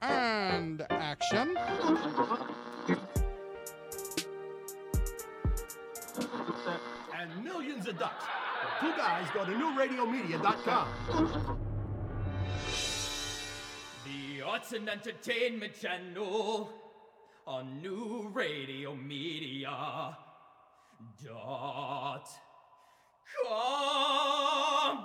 S3: And action.
S16: And millions of ducks. The two guys go to newradiomedia.com.
S22: The Arts and Entertainment Channel on New Radio Media. Dot. Com.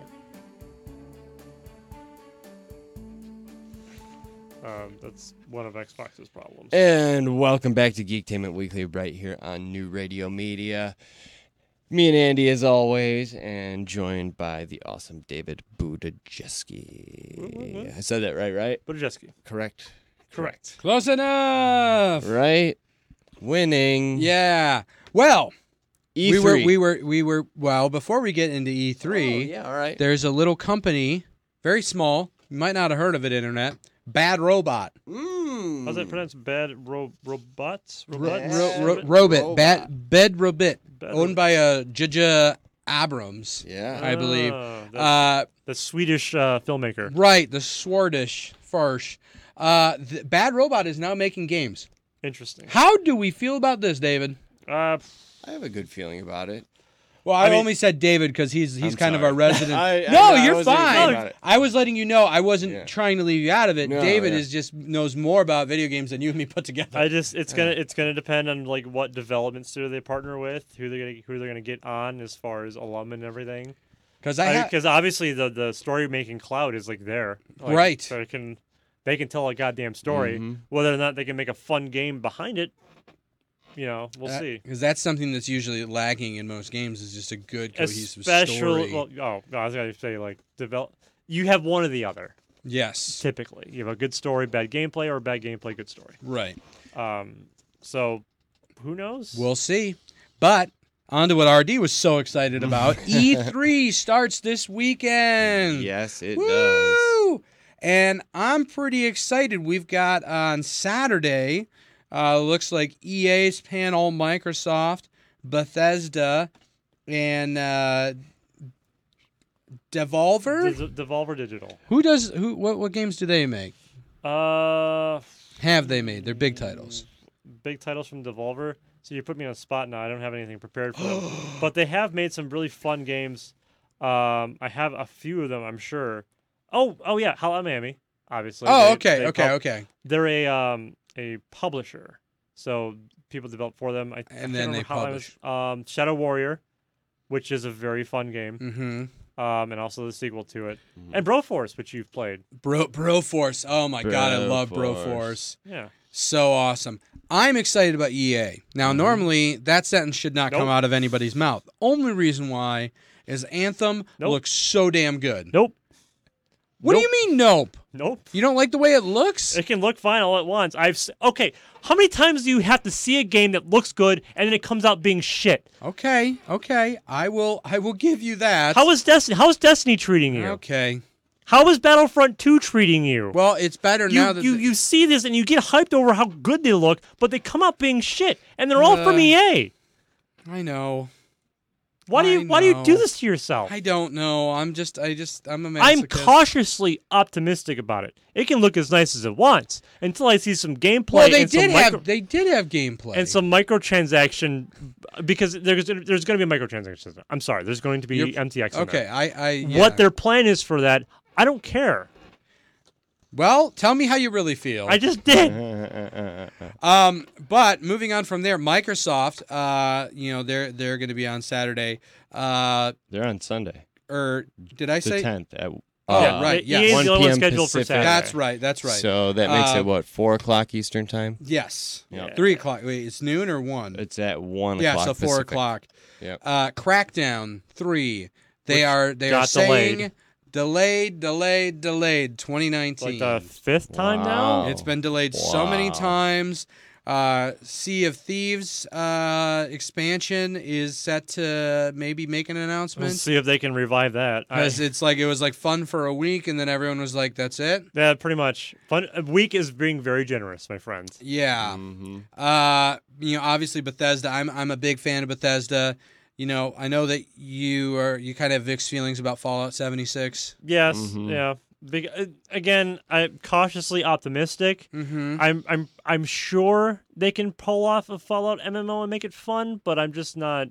S2: Um, that's one of Xbox's problems.
S1: And welcome back to Geektainment Weekly right here on New Radio Media. Me and Andy as always, and joined by the awesome David
S21: Mm-hmm.
S1: Budajeski. I said that right, right?
S2: Budajeski.
S1: Correct.
S2: Correct.
S3: Close enough.
S1: Right? Winning. E
S3: Yeah. Well, we were
S1: E3.
S3: we were we were well, before we get into E E3,
S1: Oh, yeah, all right.
S3: There's a little company, very small, you might not have heard of it internet, Bad Robot.
S1: Hmm.
S2: How's that pronounced? Bad ro- robots?
S3: Hmm. Ro-
S2: Robots?
S3: ro- ro- Robit, Bad Bed Robit, owned by uh, Jaja Abrams.
S1: Yeah.
S3: I believe.
S2: Ah, the-
S3: uh,
S2: the Swedish uh, filmmaker.
S3: Right, the Swardish Farsh. Uh, th- Bad Robot is now making games.
S2: Interesting.
S3: How do we feel about this, David?
S2: Uh,
S1: I have a good feeling about it.
S3: Well, I,
S1: I mean-
S3: only said David because he's he's
S1: I'm
S3: kind of
S1: sorry.
S3: our resident.
S1: I- I-
S3: no,
S1: I
S3: you're
S1: wasn't even thinking about
S3: fine.
S1: it.
S3: I was letting you know I wasn't trying to leave you out of it.
S2: No,
S3: David
S2: yeah.
S3: is just knows more about video games than you and me put together.
S2: I just it's gonna it's gonna depend on like what development studio they partner with, who they're gonna who they're gonna get on as far as alum and everything.
S3: 'Cause I ha-
S2: because obviously the the story making cloud is like there, Like,
S3: Right.
S2: So it can they can tell a goddamn story.
S3: Mhm.
S2: Whether or not they can make a fun game behind it, you know, we'll see.
S3: Because that's something that's usually lacking in most games is just a good cohesive
S2: Especially,
S3: story.
S2: well, oh, no, I was gonna say like develop. You have one or the other.
S3: Yes.
S2: Typically, you have a good story, bad gameplay, or bad gameplay, good story.
S3: Right.
S2: Um. So, who knows?
S3: We'll see. But on to what RD was so excited about. E3 starts this weekend.
S1: Yes, it
S3: does. And I'm pretty excited. We've got on Saturday, uh, looks like EA's panel, Microsoft, Bethesda, and uh, Devolver.
S2: Des- Devolver Digital.
S3: Who does who? What, what games do they make?
S2: Uh,
S3: Have they made? They're big titles.
S2: big titles from Devolver. So you put me on a spot now. I don't have anything prepared for them. but they have made some really fun games. Um, I have a few of them, I'm sure. Oh, oh yeah, Hello Miami, obviously.
S3: Oh, okay, okay,
S2: pub-
S3: okay.
S2: They're a um a publisher, so people develop for them. I, I can't
S3: then they
S2: remember how I was- um, Shadow Warrior, which is a very fun game.
S3: Mm-hmm.
S2: Um, and also the sequel to it, and Broforce, which you've played.
S3: Bro, Broforce. Oh my god, I love
S2: Broforce.
S3: Broforce.
S2: Yeah.
S3: So awesome. I'm excited about EA. Now, normally that sentence should not come
S2: Mm-hmm. Nope.
S3: out of anybody's mouth. Only reason why is Anthem
S2: Nope.
S3: looks so damn good.
S2: Nope.
S3: What do you mean nope?
S2: Nope.
S3: You don't like the way it looks?
S2: It can look fine all at once. I've s- okay. How many times do you have to see a game that looks good and then it comes out being shit?
S3: Okay, okay. I will I will give you that.
S2: How is Destiny? How is Destiny treating you?
S3: Okay.
S2: How is Battlefront 2 treating you?
S3: Well, it's better
S2: you,
S3: now that
S2: you
S3: the-
S2: you see this and you get hyped over how good they look, but they come out being shit, and they're all from E
S3: Uh,
S2: EA.
S3: I know.
S2: Why do you
S3: I
S2: Why do you do
S3: know.
S2: this to yourself?
S3: I don't know. I'm just I just I'm a
S2: I'm
S3: masochist.
S2: cautiously optimistic about it. It can look as nice as it wants until I see some gameplay.
S3: Well, they
S2: and some
S3: did
S2: micro-
S3: have they did have gameplay.
S2: and some microtransaction because there's there's going to be a microtransaction system. I'm sorry, there's going to be
S3: You're-
S2: MTX. in
S3: Okay,
S2: there.
S3: I I yeah.
S2: What their plan is for that, I don't care.
S3: Well, tell me how you really feel.
S2: I just did.
S3: Um, but moving on from there, Microsoft, uh, you know, they're they're going to be on Saturday. Uh,
S1: They're on Sunday.
S3: or did I
S1: the
S3: say
S1: 10th at
S3: Oh,
S1: uh,
S3: right, yeah.
S2: EA is the only one
S1: 1 p.m.
S2: scheduled for
S1: Pacific.
S2: Saturday.
S3: That's right. That's right.
S1: So that makes
S3: Uh,
S1: it what four o'clock Eastern time.
S3: Yes.
S1: Yeah.
S3: Three o'clock. Wait, it's noon or one?
S1: It's at one
S3: yeah,
S1: o'clock.
S3: so four
S1: Pacific.
S3: o'clock.
S1: Yep.
S3: Uh, Crackdown three. They
S2: Which
S3: are they are
S2: got delayed.
S3: saying delayed, delayed, delayed. 2019.
S2: Like uh, the fifth time now.
S3: It's been delayed so many
S2: Wow.
S3: times. Uh, sea of Thieves uh, expansion is set to maybe make an announcement.
S2: We'll see if they can revive that. I-
S3: Because it's like it was like fun for a week, and then everyone was like, "That's it."
S2: yeah, pretty much. Fun a week is being very generous, my friends.
S3: Yeah. Uh, you know, obviously Bethesda. I'm I'm a big fan of Bethesda. You know, I know that you are you kind of have mixed feelings about Fallout 76.
S2: Yes.
S1: Mhm.
S2: Yeah. Big, uh, again, I'm cautiously optimistic.
S3: Mm-hmm.
S2: I'm I'm I'm sure they can pull off a Fallout MMO and make it fun, but I'm just not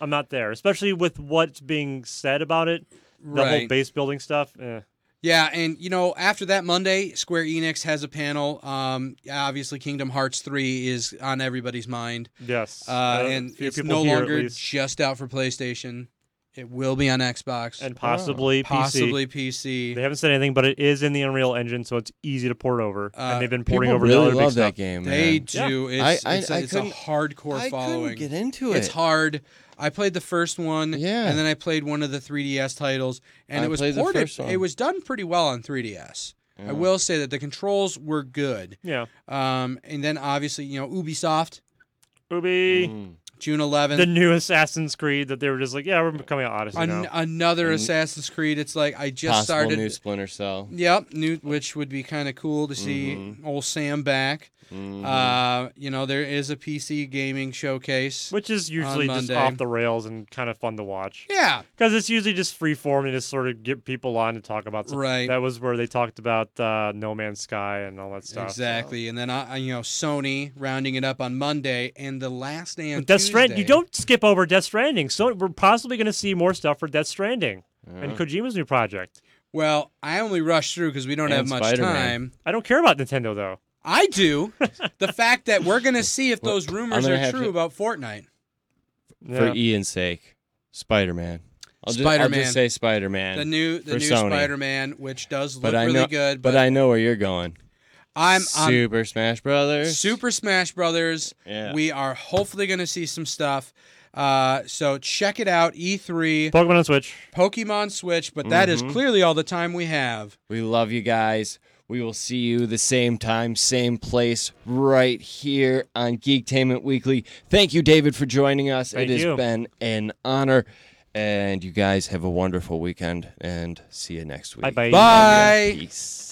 S2: I'm not there, especially with what's being said about it. The whole
S3: Right.
S2: base building stuff. Eh.
S3: Yeah, and you know, after that Monday, Square Enix has a panel. Um, obviously, Kingdom Hearts three is on everybody's mind.
S2: Yes,
S3: uh,
S2: uh,
S3: and
S2: few
S3: it's
S2: people
S3: no
S2: here, at
S3: longer
S2: least.
S3: just out for PlayStation. It will be on Xbox
S2: and possibly PC.
S3: oh, possibly PC.
S2: They haven't said anything, but it is in the Unreal Engine, so it's easy to port over.
S3: Uh,
S2: and they've been porting over to
S1: really
S2: other big
S1: love that
S2: stuff.
S1: game.
S3: They
S1: man.
S3: do.
S1: Yeah.
S3: It's,
S1: I- I-
S3: it's, a-
S1: I
S3: it's a
S1: couldn't-
S3: hardcore
S1: I couldn't
S3: following.
S1: get into
S3: It's
S1: it.
S3: hard. I played the first one,
S1: Yeah.
S3: and then I played one of the 3DS titles, and
S1: I
S3: it was
S1: played the
S3: ported.
S1: first one.
S3: It was done pretty well on 3DS.
S1: Yeah.
S3: I will say that the controls were good.
S2: Yeah.
S3: Um, and then obviously, you know, Ubisoft,
S2: Ubi,
S3: Mm. June 11th.
S2: the new Assassin's Creed that they were just like, yeah, we're coming out Odyssey
S3: An-
S2: now.
S3: another
S1: And-
S3: Assassin's Creed. It's like I just
S1: Possible
S3: started.
S1: new Splinter Cell.
S3: Yep, new, which would be kind of cool to see
S1: Mm-hmm.
S3: old Sam back.
S1: Mhm.
S3: Uh, you know, there is a PC gaming showcase,
S2: Which is
S3: on
S2: usually just
S3: Monday.
S2: off the rails and kind of fun to watch.
S3: Yeah.
S2: Because it's usually just free form and just sort of get people on to talk about stuff.
S3: Right.
S2: That was where they talked about uh, No Man's Sky and all that stuff. so.
S3: Exactly, and then I, I- you know Sony rounding it up on Monday, and the last day on
S2: But Death Strand-
S3: Tuesday-
S2: you don't skip over Death Stranding. So we're possibly going to see more stuff for Death Stranding and
S3: Yeah.
S2: Kojima's new project.
S3: Well, I only rushed through because we don't
S2: And
S3: have much
S2: Spider-Man.
S3: time.
S2: I don't care about Nintendo though.
S3: I do. the fact that we're gonna see if those rumors
S1: gonna
S3: are
S1: have
S3: true
S1: to-
S3: about Fortnite.
S1: For
S3: E.
S1: Ian's sake, Spider Man. I'll, just- I'll
S3: Spider-Man.
S1: just say Spider Man.
S3: The new the
S1: for
S3: new
S1: Sony.
S3: Spider-Man, which does look
S1: But I
S3: really
S1: know,
S3: good.
S1: but,
S3: But,
S1: I know where you're going.
S3: I'm I'm
S1: Super Smash Brothers.
S3: Super Smash Brothers.
S1: Yeah.
S3: We are hopefully going to see some stuff. Uh, so check it out. E3,
S2: Pokemon on Switch.
S3: Pokemon Switch, but that is
S1: Mhm.
S3: clearly all the time we have.
S1: We love you guys. We will see you the same time, same place, right here on Geektainment Weekly. Thank you, David, for joining us.
S2: Thank
S1: it has
S2: you.
S1: been an honor. And you guys have a wonderful weekend and see you next week.
S2: Bye-bye.
S3: E. Bye.
S1: Peace.